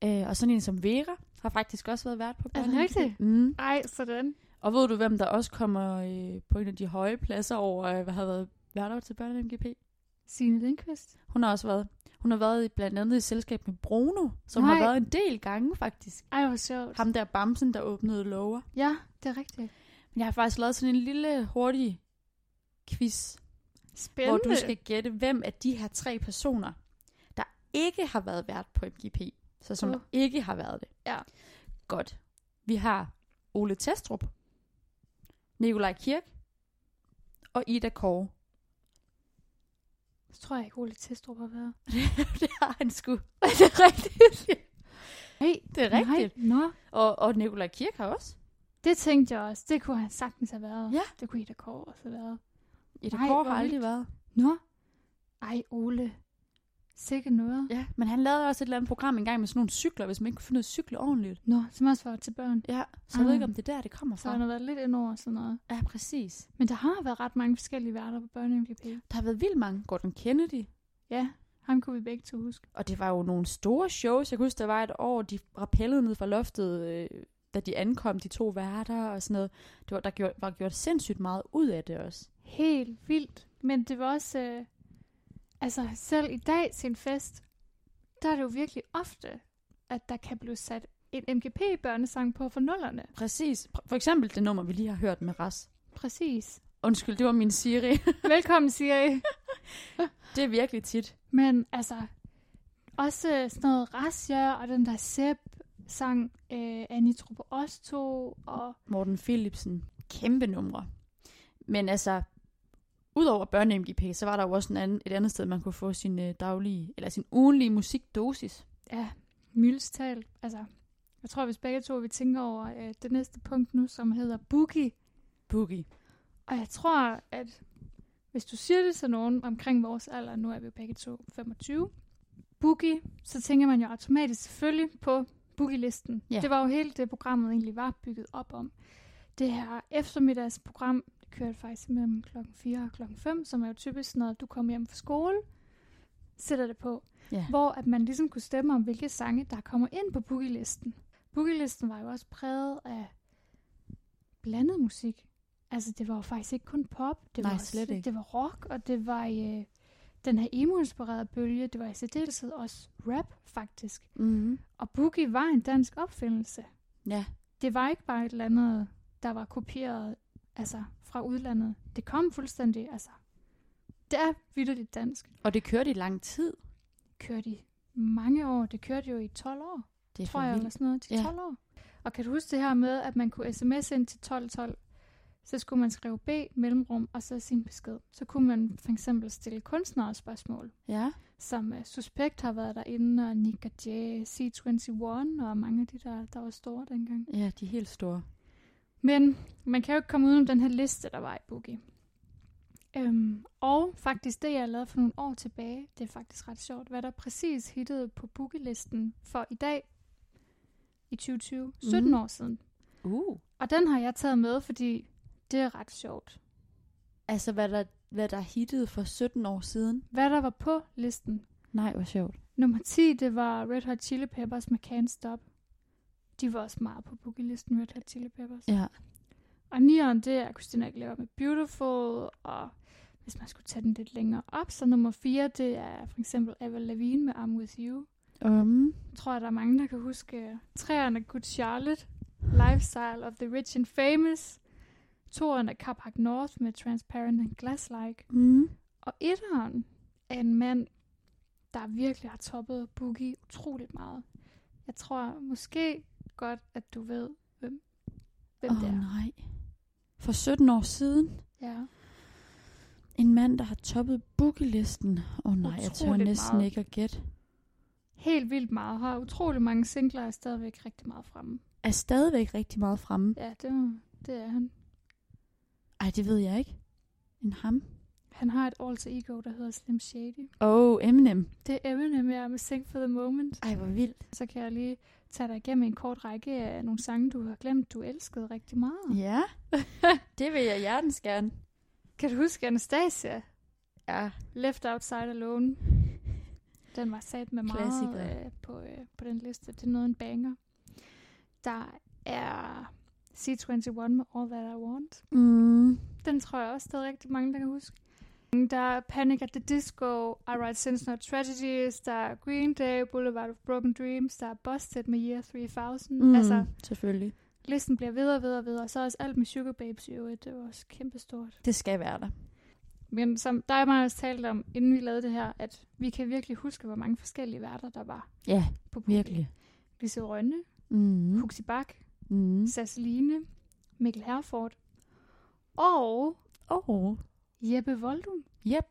[SPEAKER 1] Øh, og sådan en som Vera har faktisk også været vært på
[SPEAKER 2] Er det
[SPEAKER 1] børne-MGP.
[SPEAKER 2] rigtigt?
[SPEAKER 1] Mm.
[SPEAKER 2] Ej, sådan.
[SPEAKER 1] Og ved du, hvem der også kommer øh, på en af de høje pladser over, øh, hvad har været værter til børne-MGP?
[SPEAKER 2] Signe Lindqvist.
[SPEAKER 1] Hun har også været. Hun har været i, blandt andet i selskab med Bruno, som
[SPEAKER 2] Nej.
[SPEAKER 1] har været en del gange faktisk.
[SPEAKER 2] Ej, hvor sjovt.
[SPEAKER 1] Ham der Bamsen, der åbnede lover.
[SPEAKER 2] Ja, det er rigtigt.
[SPEAKER 1] Men jeg har faktisk lavet sådan en lille hurtig quiz,
[SPEAKER 2] Spændende.
[SPEAKER 1] hvor du skal gætte, hvem af de her tre personer, der ikke har været vært på MGP, så som
[SPEAKER 2] Uh.
[SPEAKER 1] uh. ikke har været det.
[SPEAKER 2] Ja.
[SPEAKER 1] Godt. Vi har Ole Testrup, Nikolaj Kirk og Ida Kåre.
[SPEAKER 2] Så tror jeg ikke, Ole Testrup har været.
[SPEAKER 1] det har han sgu. Er det rigtigt?
[SPEAKER 2] Nej,
[SPEAKER 1] Det er rigtigt.
[SPEAKER 2] Nej, nå.
[SPEAKER 1] Og, og Nikolaj Kirk har også.
[SPEAKER 2] Det tænkte jeg også. Det kunne han sagtens have været.
[SPEAKER 1] Ja.
[SPEAKER 2] Det kunne Ida Kåre også have været.
[SPEAKER 1] Ida
[SPEAKER 2] Nej,
[SPEAKER 1] Kåre
[SPEAKER 2] hvor
[SPEAKER 1] har aldrig
[SPEAKER 2] vildt.
[SPEAKER 1] været.
[SPEAKER 2] Nå. Ej, Ole. Sikke noget.
[SPEAKER 1] Ja, men han lavede også et eller andet program engang med sådan nogle cykler, hvis man ikke kunne finde ud af at cykle ordentligt.
[SPEAKER 2] Nå, som også var til børn.
[SPEAKER 1] Ja, så jeg ved
[SPEAKER 2] Ah.
[SPEAKER 1] ikke, om det er der, det kommer
[SPEAKER 2] Så
[SPEAKER 1] fra.
[SPEAKER 2] han har været lidt ind over sådan noget.
[SPEAKER 1] Ja, præcis.
[SPEAKER 2] Men der har været ret mange forskellige værter på børne-MGP.
[SPEAKER 1] Der har været vildt mange. Gordon Kennedy.
[SPEAKER 2] Ja, ham kunne vi begge to huske.
[SPEAKER 1] Og det var jo nogle store shows. Jeg kan huske, der var et år, de rappellede ned fra loftet, øh, da de ankom, de to værter og sådan noget. Det var, der gjorde, var gjort sindssygt meget ud af det også.
[SPEAKER 2] Helt vildt. Men det var også... Øh, altså, selv i dag til en fest, der er det jo virkelig ofte, at der kan blive sat en MGP-børnesang på for nullerne.
[SPEAKER 1] Præcis. For eksempel det nummer, vi lige har hørt med Ras.
[SPEAKER 2] Præcis.
[SPEAKER 1] Undskyld, det var min Siri.
[SPEAKER 2] Velkommen, siger I.
[SPEAKER 1] det er virkelig tit.
[SPEAKER 2] Men altså, også øh, sådan noget Rasja og den der Sepp sang øh, Annie Truppe også to, og
[SPEAKER 1] Morten Philipsen. Kæmpe numre. Men altså, udover børne-MGP, så var der jo også en anden, et andet sted, man kunne få sin øh, daglige, eller sin ugenlige musikdosis.
[SPEAKER 2] ja, Mylstal. Altså, jeg tror, hvis begge to vi tænker over øh, det næste punkt nu, som hedder Boogie,
[SPEAKER 1] Boogie.
[SPEAKER 2] og jeg tror, at hvis du siger det til nogen omkring vores alder, nu er vi jo begge to 25, Boogie, så tænker man jo automatisk selvfølgelig på Boogie-listen.
[SPEAKER 1] Ja.
[SPEAKER 2] Det var jo hele det, programmet egentlig var bygget op om. Det her eftermiddagsprogram det kørte faktisk mellem klokken 4 og klokken 5, som er jo typisk, når du kommer hjem fra skole, sætter det på.
[SPEAKER 1] Ja.
[SPEAKER 2] Hvor at man ligesom kunne stemme om, hvilke sange, der kommer ind på Boogie-listen. Boogie-listen var jo også præget af blandet musik. Altså, det var jo faktisk ikke kun pop. Det
[SPEAKER 1] Nej,
[SPEAKER 2] var
[SPEAKER 1] slet ikke.
[SPEAKER 2] Det var rock, og det var øh, den her emo-inspirerede bølge. Det var i særdeleshed også rap, faktisk.
[SPEAKER 1] Mm-hmm.
[SPEAKER 2] Og Boogie var en dansk opfindelse.
[SPEAKER 1] Ja.
[SPEAKER 2] Det var ikke bare et eller andet, der var kopieret altså, fra udlandet. Det kom fuldstændig, altså. Det er vitterligt dansk.
[SPEAKER 1] Og det kørte i lang tid.
[SPEAKER 2] Kørte i mange år. Det kørte jo i 12 år
[SPEAKER 1] Det er
[SPEAKER 2] tror jeg, eller sådan noget, til
[SPEAKER 1] Ja.
[SPEAKER 2] 12 år. Og kan du huske det her med, at man kunne sms ind til 1212, så skulle man skrive B, mellemrum, og så sin besked. Så kunne man for eksempel stille kunstnere spørgsmål,
[SPEAKER 1] Ja.
[SPEAKER 2] som uh, Suspekt har været derinde, og Nick og Jay, C21, og mange af de der, der var store dengang.
[SPEAKER 1] ja, de er helt store.
[SPEAKER 2] Men man kan jo ikke komme udenom den her liste, der var i Boogie. Øhm, og faktisk det, jeg lavede for nogle år tilbage, det er faktisk ret sjovt, hvad der præcis hittede på bookelisten for i dag i 2020, 17
[SPEAKER 1] Mhm.
[SPEAKER 2] år siden.
[SPEAKER 1] Uh.
[SPEAKER 2] Og den har jeg taget med, fordi det er ret sjovt.
[SPEAKER 1] Altså, hvad der, hvad der hittede for 17 år siden.
[SPEAKER 2] Hvad der var på listen?
[SPEAKER 1] Nej, hvor sjovt.
[SPEAKER 2] Nummer 10, det var Red Hot Chili Peppers med Can't Stop. De var også meget på bookelisten, Red Hot Chili Peppers.
[SPEAKER 1] Ja.
[SPEAKER 2] Og nieren, det er Christina Aguilera med Beautiful, og hvis man skulle tage den lidt længere op, så nummer 4, det er for eksempel Avril Lavigne med I'm With You.
[SPEAKER 1] Um,
[SPEAKER 2] Jeg tror, der er mange, der kan huske træerne Good Charlotte, Lifestyle of the Rich and Famous, toeren af Carpac North med Transparent and Glass-like,
[SPEAKER 1] mm.
[SPEAKER 2] og etteren er en mand, der virkelig har toppet Boogie utroligt meget. Jeg tror måske godt, at du ved, hvem, hvem
[SPEAKER 1] Åh,
[SPEAKER 2] det er.
[SPEAKER 1] nej. For 17 år siden.
[SPEAKER 2] Ja.
[SPEAKER 1] En mand, der har toppet bookelisten. Åh oh, nej, jeg tør
[SPEAKER 2] Utroligt
[SPEAKER 1] næsten
[SPEAKER 2] meget.
[SPEAKER 1] ikke at gætte.
[SPEAKER 2] helt vildt meget. Har utrolig mange singler og er stadigvæk rigtig meget fremme.
[SPEAKER 1] Er stadigvæk rigtig meget fremme.
[SPEAKER 2] Ja, det, er- det er han.
[SPEAKER 1] Ej, det ved jeg ikke. En ham.
[SPEAKER 2] Han har et alter ego, der hedder Slim Shady.
[SPEAKER 1] Åh, oh, Eminem.
[SPEAKER 2] Det er Eminem, jeg er med Sing for the Moment.
[SPEAKER 1] Ej, hvor vildt.
[SPEAKER 2] Så kan jeg lige tage dig igennem en kort række af nogle sange, du har glemt, du elskede rigtig meget.
[SPEAKER 1] Ja. det vil jeg hjertens gerne.
[SPEAKER 2] Kan du huske Anastasia?
[SPEAKER 1] Ja.
[SPEAKER 2] Left Outside Alone. Den var sat med meget
[SPEAKER 1] Klassiker.
[SPEAKER 2] øh, på, øh, på den liste. Det er noget en banger. Der er C21 med All That I Want.
[SPEAKER 1] Mm.
[SPEAKER 2] Den tror jeg også, der er rigtig mange, der kan huske. Der er Panic at the Disco, I Write Since Not Tragedies, der er Green Day, Boulevard of Broken Dreams, der er Busted med Year 3000. Mm.
[SPEAKER 1] Mm,
[SPEAKER 2] Altså,
[SPEAKER 1] selvfølgelig.
[SPEAKER 2] listen bliver videre og videre og videre, og så også alt med Sugar Babes i øvrigt, det var også kæmpestort.
[SPEAKER 1] Det skal være der.
[SPEAKER 2] Men som dig og mig også talte om, inden vi lavede det her, at vi kan virkelig huske, hvor mange forskellige værter der var
[SPEAKER 1] Ja,
[SPEAKER 2] på Boogie.
[SPEAKER 1] virkelig.
[SPEAKER 2] Lise Rønne,
[SPEAKER 1] Mm.
[SPEAKER 2] mm. Huxi Bak,
[SPEAKER 1] Mm.
[SPEAKER 2] Sasseline, Mikkel Herford og
[SPEAKER 1] Åh, oh.
[SPEAKER 2] Jeppe Voldum.
[SPEAKER 1] yep.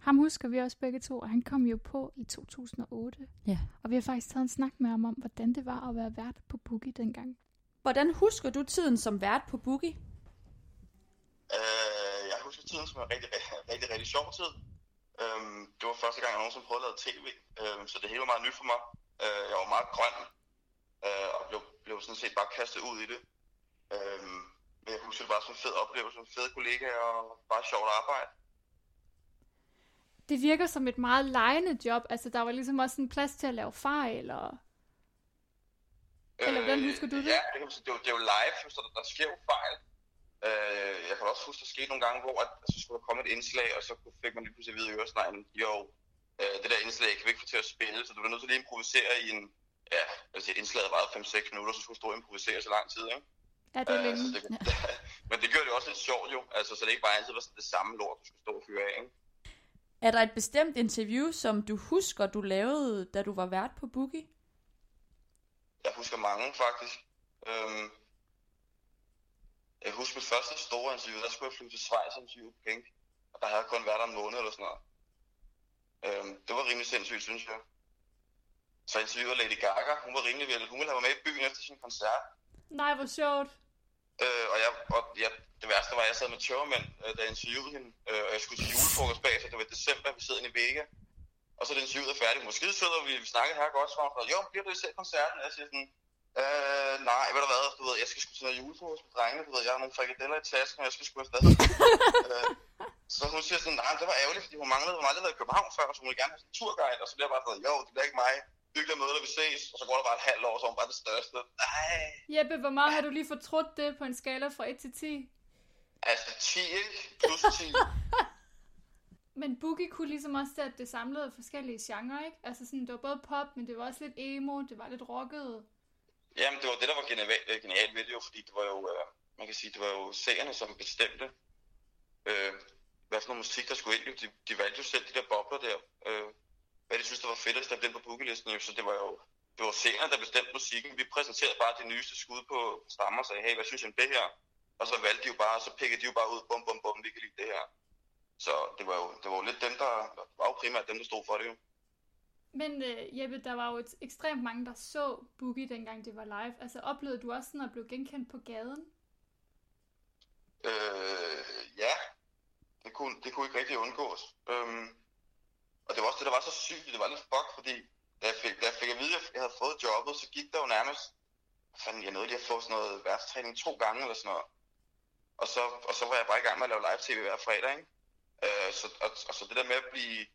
[SPEAKER 2] Ham husker vi også begge to, og han kom jo på i 2008.
[SPEAKER 1] Ja.
[SPEAKER 2] Og vi har faktisk taget en snak med ham om, hvordan det var at være vært på Boogie dengang.
[SPEAKER 1] Hvordan husker du tiden som vært på Boogie?
[SPEAKER 6] Øh, jeg husker tiden som en rigtig, rigtig, rigtig, rigtig sjov tid. Øhm, det var første gang, jeg nogensinde prøvede at lave tv, øhm, så det hele var meget nyt for mig. Øh, jeg var meget grøn, øh, og blev, blev sådan set bare kastet ud i det. Øhm, men jeg husker det bare som en fed oplevelse, med fede kollegaer og bare sjovt arbejde.
[SPEAKER 4] Det virker som et meget lejende job. Altså, der var ligesom også en plads til at lave fejl. Og... Eller hvordan husker du det?
[SPEAKER 6] Øh, Ja, det, kan man sige. det, er jo- det er jo live, så der, der sker jo fejl. Øh, jeg kan også huske, der skete nogle gange, hvor at, så skulle der komme et indslag, og så kunne- fik man lige pludselig at vide i øresneglen, jo, øh, det der indslag kan vi ikke få til at spille, så du er nødt til lige at improvisere i en, ja, jeg vil sige, indslaget varede 5-6 minutter, så skulle du stå og improvisere så lang tid, ikke? Øh,
[SPEAKER 2] Er det
[SPEAKER 6] så
[SPEAKER 2] længe?
[SPEAKER 6] det, men det gjorde det også lidt sjovt jo, altså, så det ikke bare altid var sådan det samme lort, du skulle stå og fyre af, ikke?
[SPEAKER 1] Er der et bestemt interview, som du husker, du lavede, da du var vært på Boogie?
[SPEAKER 6] Jeg husker mange, faktisk. Øhm, jeg husker mit første store interview, der skulle jeg flyve til Schweiz og interview på Genk. Og der havde jeg kun været der en måned eller sådan noget. Øhm, det var rimelig sindssygt, synes jeg. Så interviewede Lady Gaga, hun var rimelig vild. Hun ville have mig med i byen efter sin koncert.
[SPEAKER 4] Nej, hvor sjovt.
[SPEAKER 6] Øh, og jeg, og jeg, det værste var, at jeg sad med tømmermænd, øh, da jeg interviewede hende. Øh, og jeg skulle til julefrokost bag, så det var i december, vi sidder inde i Vega. Og så er det interviewet er færdigt. Måske sød, og vi, vi snakkede her godt, så var hun sådan, jo, bliver du selv koncerten? Og jeg siger sådan, øh, nej, ved du hvad, du ved, jeg skal sgu til noget julefrokost med drengene, du ved, jeg har nogle frikadeller i tasken, og jeg skal sgu afsted. øh, så hun siger sådan, nej, det var ærgerligt, fordi hun manglede, hun har aldrig været i København før, så hun ville gerne have sådan en turguide, og så bliver jeg bare sådan, jo, det bliver ikke mig, hyggeligt at møde dig, vi ses, og så går der bare et halvt år, så er hun bare det største. Nej.
[SPEAKER 4] Jeppe, hvor meget har du lige fortrudt det på en skala fra 1 til 10?
[SPEAKER 6] Altså 10, ikke? Plus 10.
[SPEAKER 4] Men Boogie kunne ligesom også det, at det samlede forskellige genrer, ikke? Altså sådan, det var både pop, men det var også lidt emo, det var lidt rocket.
[SPEAKER 6] Jamen, det var det, der var genialt, øh, genialt ved det jo, fordi det var jo, øh, man kan sige, det var jo seerne, som bestemte, øh, hvad for noget musik, der skulle ind. jo. De, de valgte jo selv de der bobler der, øh, hvad de synes, der var fedt at stemme ind på bookelisten, jo. så det var jo det var seerne, der bestemte musikken. Vi præsenterede bare det nyeste skud på stammer og sagde, hey, hvad synes I om det her? Og så valgte de jo bare, så pikkede de jo bare ud, bum, bum, bum, vi kan lide det her. Så det var jo, det var jo lidt dem, der, det var jo primært dem, der stod for det jo.
[SPEAKER 4] Men øh, Jeppe, der var jo et, ekstremt mange, der så Boogie, dengang det var live. Altså, oplevede du også sådan at blive genkendt på gaden?
[SPEAKER 6] Øh, ja, det kunne, det kunne ikke rigtig undgås. Øhm, og det var også det, der var så sygt, det var lidt fuck, fordi da jeg fik, da jeg fik at vide, at jeg havde fået jobbet, så gik der jo nærmest, fanden, jeg nåede lige at få sådan noget værtstræning to gange eller sådan noget. Og så, og så var jeg bare i gang med at lave live-tv hver fredag, ikke? Øh, så, og, og, så det der med at blive,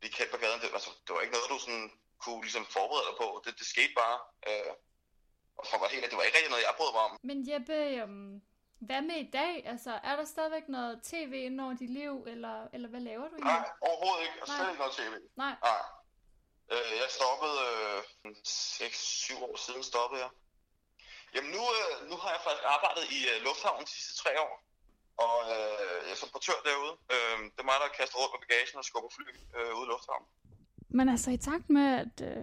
[SPEAKER 6] blive kendt på gaden, det, altså, det var ikke noget, du sådan, kunne ligesom forberede dig på. Det, det skete bare. Øh, og for at være helt, ærlig, det var ikke rigtig noget, jeg brød mig om.
[SPEAKER 4] Men Jeppe, øhm, hvad med i dag? Altså, er der stadigvæk noget tv ind over dit liv, eller, eller hvad laver du
[SPEAKER 6] Nej,
[SPEAKER 4] egentlig?
[SPEAKER 6] overhovedet ikke. Og slet
[SPEAKER 4] Nej.
[SPEAKER 6] ikke noget tv.
[SPEAKER 4] Nej.
[SPEAKER 6] Nej. Øh, jeg stoppede øh, 6-7 år siden stoppede jeg. Jamen nu, øh, nu har jeg faktisk arbejdet i øh, lufthavnen de sidste tre år. Og øh, jeg er som portør derude. Øh, det er mig, der kaster rundt med bagagen og skubber fly øh, ude i lufthavnen.
[SPEAKER 2] Men altså i takt med, at, øh,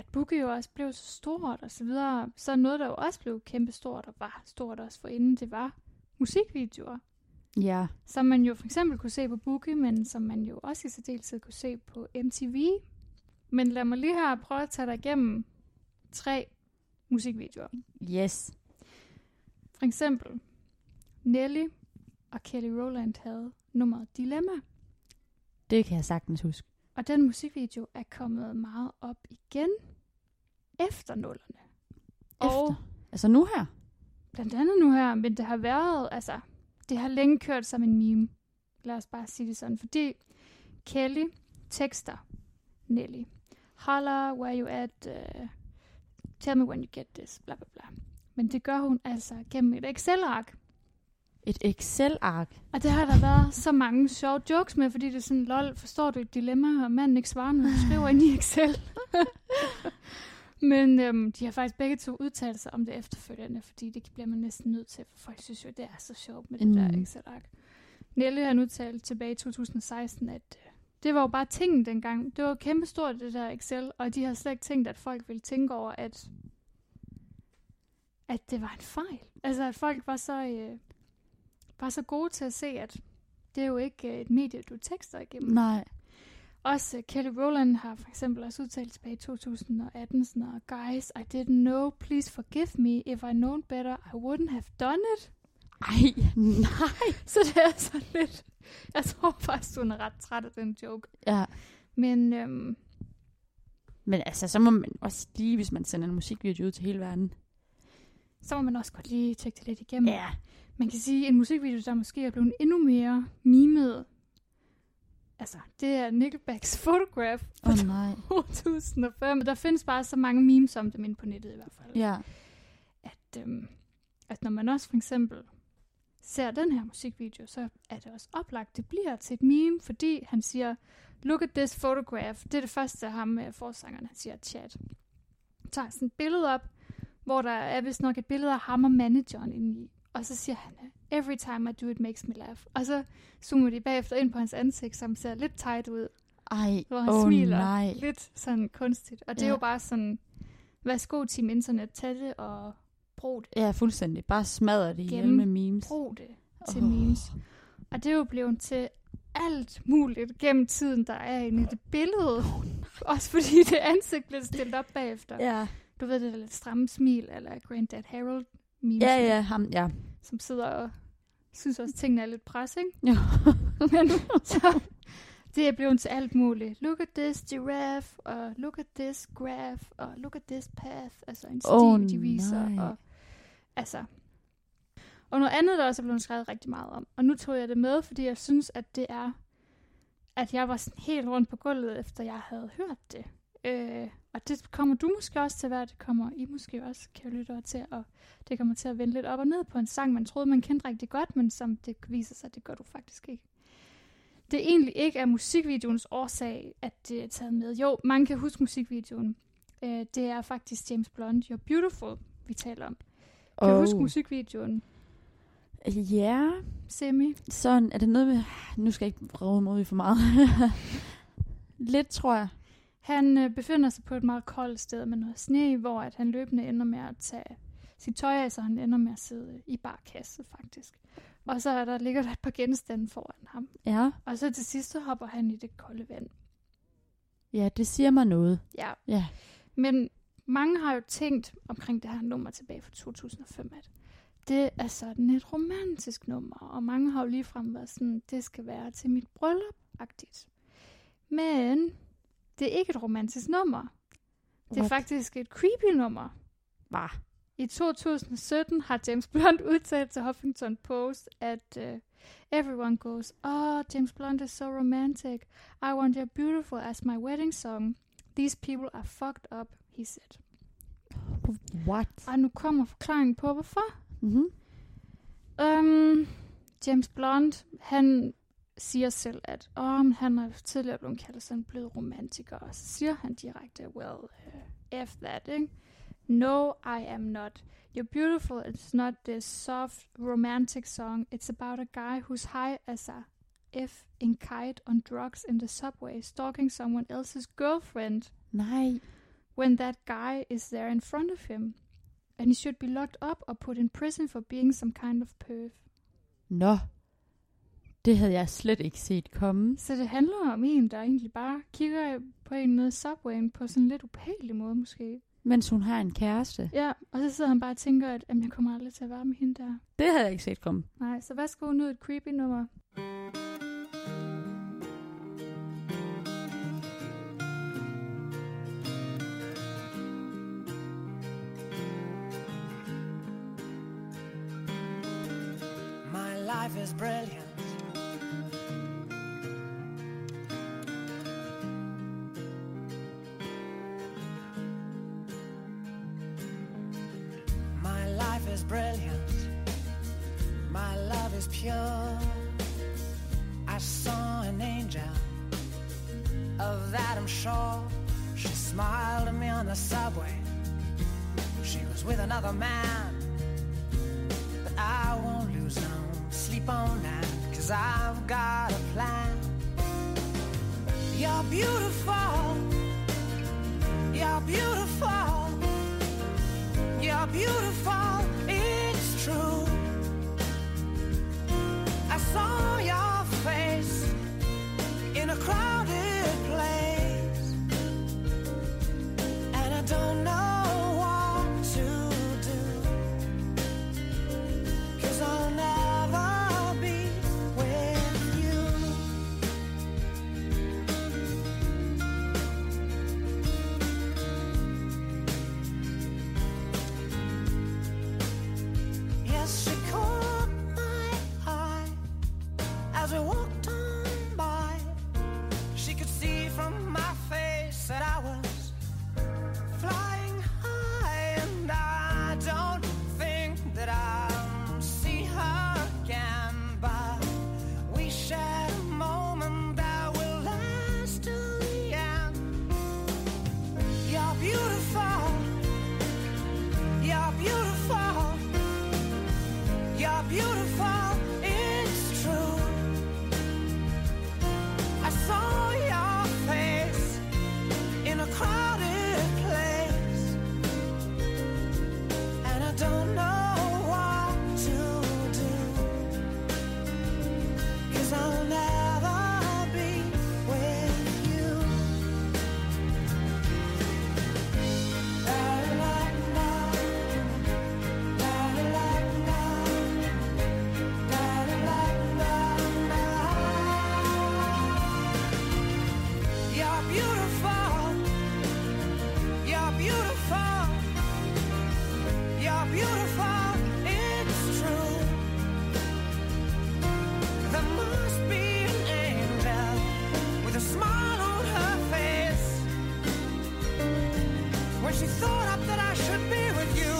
[SPEAKER 2] at Boogie jo også blev så stort og så videre, så er noget, der jo også blev kæmpestort og var stort også forinden, det var musikvideoer.
[SPEAKER 1] Ja.
[SPEAKER 2] Som man jo for eksempel kunne se på Boogie, men som man jo også i særdeleshed kunne se på MTV. Men lad mig lige her prøve at tage dig igennem tre musikvideoer.
[SPEAKER 1] Yes.
[SPEAKER 2] For eksempel, Nelly og Kelly Rowland havde nummeret Dilemma.
[SPEAKER 1] Det kan jeg sagtens huske.
[SPEAKER 2] Og den musikvideo er kommet meget op igen efter nullerne. Og
[SPEAKER 1] Efter. Altså nu her.
[SPEAKER 2] blandt andet nu her, men det har været, altså, det har længe kørt som en meme. Lad os bare sige det sådan, fordi Kelly tekster Nelly. Holla, where you at, uh, tell me when you get this, bla bla bla. Men det gør hun altså gennem et Excel-ark.
[SPEAKER 1] Et Excel-ark.
[SPEAKER 2] Og det har der været så mange sjove jokes med, fordi det er sådan, lol, forstår du et dilemma, og manden ikke svarer, når du skriver ind i Excel. Men øhm, de har faktisk begge to udtalt sig om det efterfølgende, fordi det bliver man næsten nødt til, for folk synes jo, det er så sjovt med det
[SPEAKER 1] Mm.
[SPEAKER 2] der Excel-ark. Nelle har udtalt tilbage i 2016, at øh, det var jo bare tingen dengang. Det var kæmpestort, det der Excel, og de har slet ikke tænkt, at folk ville tænke over, at, at det var en fejl. Altså, at folk var så... Øh, bare så gode til at se, at det er jo ikke øh, et medie, du tekster igennem.
[SPEAKER 1] Nej.
[SPEAKER 2] Også øh, Kelly Rowland har for eksempel også udtalt tilbage i 2018, sådan noget, Guys, I didn't know, please forgive me, if I known better, I wouldn't have done it.
[SPEAKER 1] Ej, nej.
[SPEAKER 2] Så det er sådan lidt... Jeg tror faktisk, hun er ret træt af den joke.
[SPEAKER 1] Ja.
[SPEAKER 2] Men øhm,
[SPEAKER 1] Men altså, så må man også lige, hvis man sender en musikvideo ud til hele verden.
[SPEAKER 2] så må man også godt lige tjekke det lidt igennem. Man kan sige, at en musikvideo, der måske er blevet endnu mere mimet, altså, det er Nickelbacks Photograph fra
[SPEAKER 1] Åh oh, nej.
[SPEAKER 2] 2005. Der findes bare så mange memes om dem inde på nettet i hvert fald.
[SPEAKER 1] Ja.
[SPEAKER 2] At, øhm, at når man også for eksempel ser den her musikvideo, så er det også oplagt, det bliver til et meme, fordi han siger, look at this photograph. Det er det første, ham med forsangeren, han siger, chat. Tager sådan et billede op, hvor der er vist nok et billede af ham og manageren inde i. Og så siger han, every time I do it makes me laugh. Og så zoomer de bagefter ind på hans ansigt, som ser lidt tight ud
[SPEAKER 1] Ej,
[SPEAKER 2] hvor han
[SPEAKER 1] åh
[SPEAKER 2] oh,
[SPEAKER 1] oh,
[SPEAKER 2] smiler
[SPEAKER 1] nej.
[SPEAKER 2] nej. lidt sådan kunstigt. Og det ja. er
[SPEAKER 1] Ja.
[SPEAKER 2] jo bare sådan, værsgo Team Internet, tag det og brug det.
[SPEAKER 1] Ja, fuldstændig. Bare smadrer det ihjel
[SPEAKER 2] Gennem-
[SPEAKER 1] med memes.
[SPEAKER 2] Brug det til
[SPEAKER 1] Åh.
[SPEAKER 2] oh. memes. Og det er jo blevet til alt muligt gennem tiden, der er inde i det billede. Oh, Også fordi det ansigt bliver stillet op bagefter. Ja. Du ved, det der lidt stramme smil, eller Granddad Harold memes,
[SPEAKER 1] Ja, ja, ham, ja.
[SPEAKER 2] som sidder og synes også, tingene er lidt pres, ikke?
[SPEAKER 1] Ja.
[SPEAKER 2] Men så, det er blevet til alt muligt. Look at this giraffe, og look at this graph, og look at this path. Altså en stil,
[SPEAKER 1] Åh,
[SPEAKER 2] de viser.
[SPEAKER 1] nej.
[SPEAKER 2] Og, altså. og noget andet, der også er blevet skrevet rigtig meget om. Og nu tog jeg det med, fordi jeg synes, at det er, at jeg var sådan helt rundt på gulvet, efter jeg havde hørt det. Øh, og det kommer du måske også til at være, det kommer I måske også, kan lytte til, og det kommer til at vende lidt op og ned på en sang, man troede, man kendte rigtig godt, men som det viser sig, det gør du faktisk ikke det egentlig ikke er musikvideoens årsag, at det er taget med. Jo, mange kan huske musikvideoen. Øh, det er faktisk James Blunt, You're Beautiful, vi taler om. Kan oh. du huske musikvideoen,
[SPEAKER 1] Ja,
[SPEAKER 2] Semi?
[SPEAKER 1] sådan. Er det noget med... Nu skal jeg ikke rode mod for meget. Lidt, tror jeg.
[SPEAKER 2] Han øh, befinder sig på et meget koldt sted med noget sne, hvor at han løbende ender med at tage sit tøj af, så han ender med at sidde i barkasset faktisk. Og så er der, ligger der et par genstande foran ham.
[SPEAKER 1] Ja.
[SPEAKER 2] Og så til sidst så hopper han i det kolde vand.
[SPEAKER 1] Ja, det siger mig noget.
[SPEAKER 2] Ja.
[SPEAKER 1] Ja.
[SPEAKER 2] Men mange har jo tænkt omkring det her nummer tilbage fra 2005, at Det er sådan et romantisk nummer, og mange har jo ligefrem været sådan, det skal være til mit bryllup-agtigt. Men det er ikke et romantisk nummer. Det er
[SPEAKER 1] What?
[SPEAKER 2] faktisk et creepy nummer.
[SPEAKER 1] Var.
[SPEAKER 2] I 2017 har James Blunt udtalt til Huffington Post, at uh, everyone goes, Oh, James Blunt is so romantic. I want you beautiful as my wedding song. These people are fucked up, he said.
[SPEAKER 1] What?
[SPEAKER 2] Og nu kommer forklaringen på, hvorfor.
[SPEAKER 1] Mm-hmm.
[SPEAKER 2] Um, James Blunt, han siger selv, at oh, han er tidligere blevet kaldt sådan en blød romantiker, og så siger han direkte, well, uh, F that, ikke? No, I am not. You're beautiful, it's not this soft romantic song. It's about a guy who's high as a F in kite on drugs in the subway, stalking someone else's girlfriend
[SPEAKER 1] Nej.
[SPEAKER 2] when that guy is there in front of him. And he should be locked up or put in prison for being some kind of perv.
[SPEAKER 1] Nå. Det havde jeg slet ikke set komme.
[SPEAKER 2] Så det handler om en, der egentlig bare kigger på en nede i subwayen på sådan en lidt upælig måde måske.
[SPEAKER 1] Mens hun har en kæreste.
[SPEAKER 2] Ja, og så sidder han bare og tænker, at jamen, jeg kommer aldrig til at være med hende der.
[SPEAKER 1] Det havde jeg ikke set komme.
[SPEAKER 2] Nej, så værsgo nu et creepy nummer.
[SPEAKER 7] My life is brilliant. My life is brilliant. My love is pure. I saw an angel. Of that I'm sure. She smiled at me on the subway. She was with another man. But I won't lose no sleep on that, cause I've got a plan. You're beautiful. You're beautiful. You're beautiful. It's true. I saw your face in a crowded place. And I don't know what to do. Cause I'll never be with you. Yes, she caught my eye as we walked on by. She could see from my face that I was flying high, and I don't think that I'll see her again. But we shared a moment that will last till the end. You're beautiful. You're beautiful. You're beautiful. It's true. I saw your face in a crowded place, and I don't know what to do. Cause I'll never be with you. La la la, la la la, la la la, la. You're beautiful. You're beautiful. You're beautiful. It's true. There must be an angel with a smile on her face. When she thought up that I should be with you.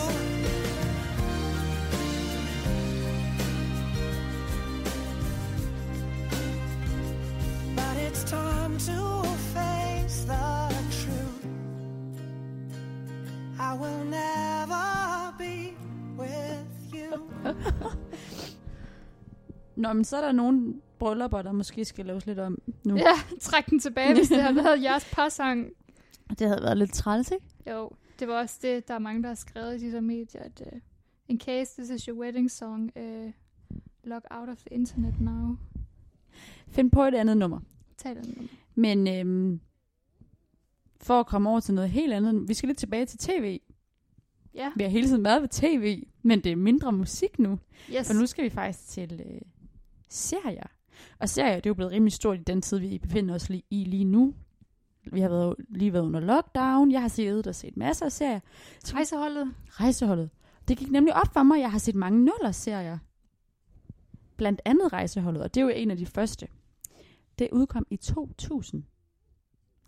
[SPEAKER 7] But it's time to face the truth. I will never be with you.
[SPEAKER 1] Nå, men så er der nogle bryllupper, der måske skal laves lidt om nu.
[SPEAKER 2] Ja, træk den tilbage, hvis det har været jeres parsang.
[SPEAKER 1] Det havde været lidt træls, ikke?
[SPEAKER 2] Jo, det var også det, der er mange, der har skrevet i de der medier, at uh, in case this is your wedding song, uh, log out of the internet now.
[SPEAKER 1] Find på et andet nummer.
[SPEAKER 2] Tag den nummer.
[SPEAKER 1] Men øhm, for at komme over til noget helt andet, vi skal lidt tilbage til tv.
[SPEAKER 2] Ja.
[SPEAKER 1] Vi har hele tiden været ved tv, men det er mindre musik nu.
[SPEAKER 2] Yes.
[SPEAKER 1] For nu skal vi faktisk til øh, serier. Og serier, det er jo blevet rimelig stort i den tid, vi befinder os lige, i lige nu. Vi har været, lige været under lockdown. Jeg har siddet og set masser af serier.
[SPEAKER 2] Rejseholdet.
[SPEAKER 1] Rejseholdet. Det gik nemlig op for mig, at jeg har set mange nuller-serier. Blandt andet Rejseholdet, og det er jo en af de første. Det udkom i 2000.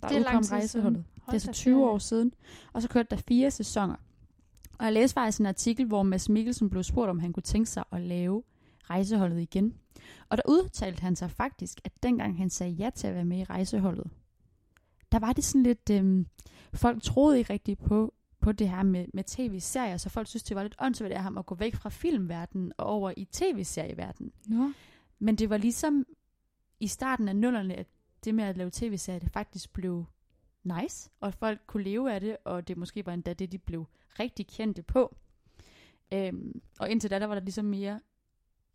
[SPEAKER 1] Der
[SPEAKER 2] Det er lang
[SPEAKER 1] udkom
[SPEAKER 2] tid siden.
[SPEAKER 1] Rejseholdet.
[SPEAKER 2] Hold
[SPEAKER 1] Det er
[SPEAKER 2] da
[SPEAKER 1] så
[SPEAKER 2] ferie.
[SPEAKER 1] 20 år siden. Og så kørte der fire sæsoner. Og jeg læste faktisk en artikel, hvor Mads Mikkelsen blev spurgt, om han kunne tænke sig at lave rejseholdet igen. Og der udtalte han sig faktisk, at dengang han sagde ja til at være med i rejseholdet, der var det sådan lidt, øhm, folk troede ikke rigtigt på, på det her med, med tv-serier, så folk synes, det var lidt åndssvagt af ham at gå væk fra filmverdenen og over i tv-serieverdenen.
[SPEAKER 2] Nå.
[SPEAKER 1] Men det var ligesom i starten af nullerne, at det med at lave tv-serier, det faktisk blev nice, og at folk kunne leve af det, og det måske var endda det, de blev rigtig kendte på. Øhm, og indtil da, der var der ligesom mere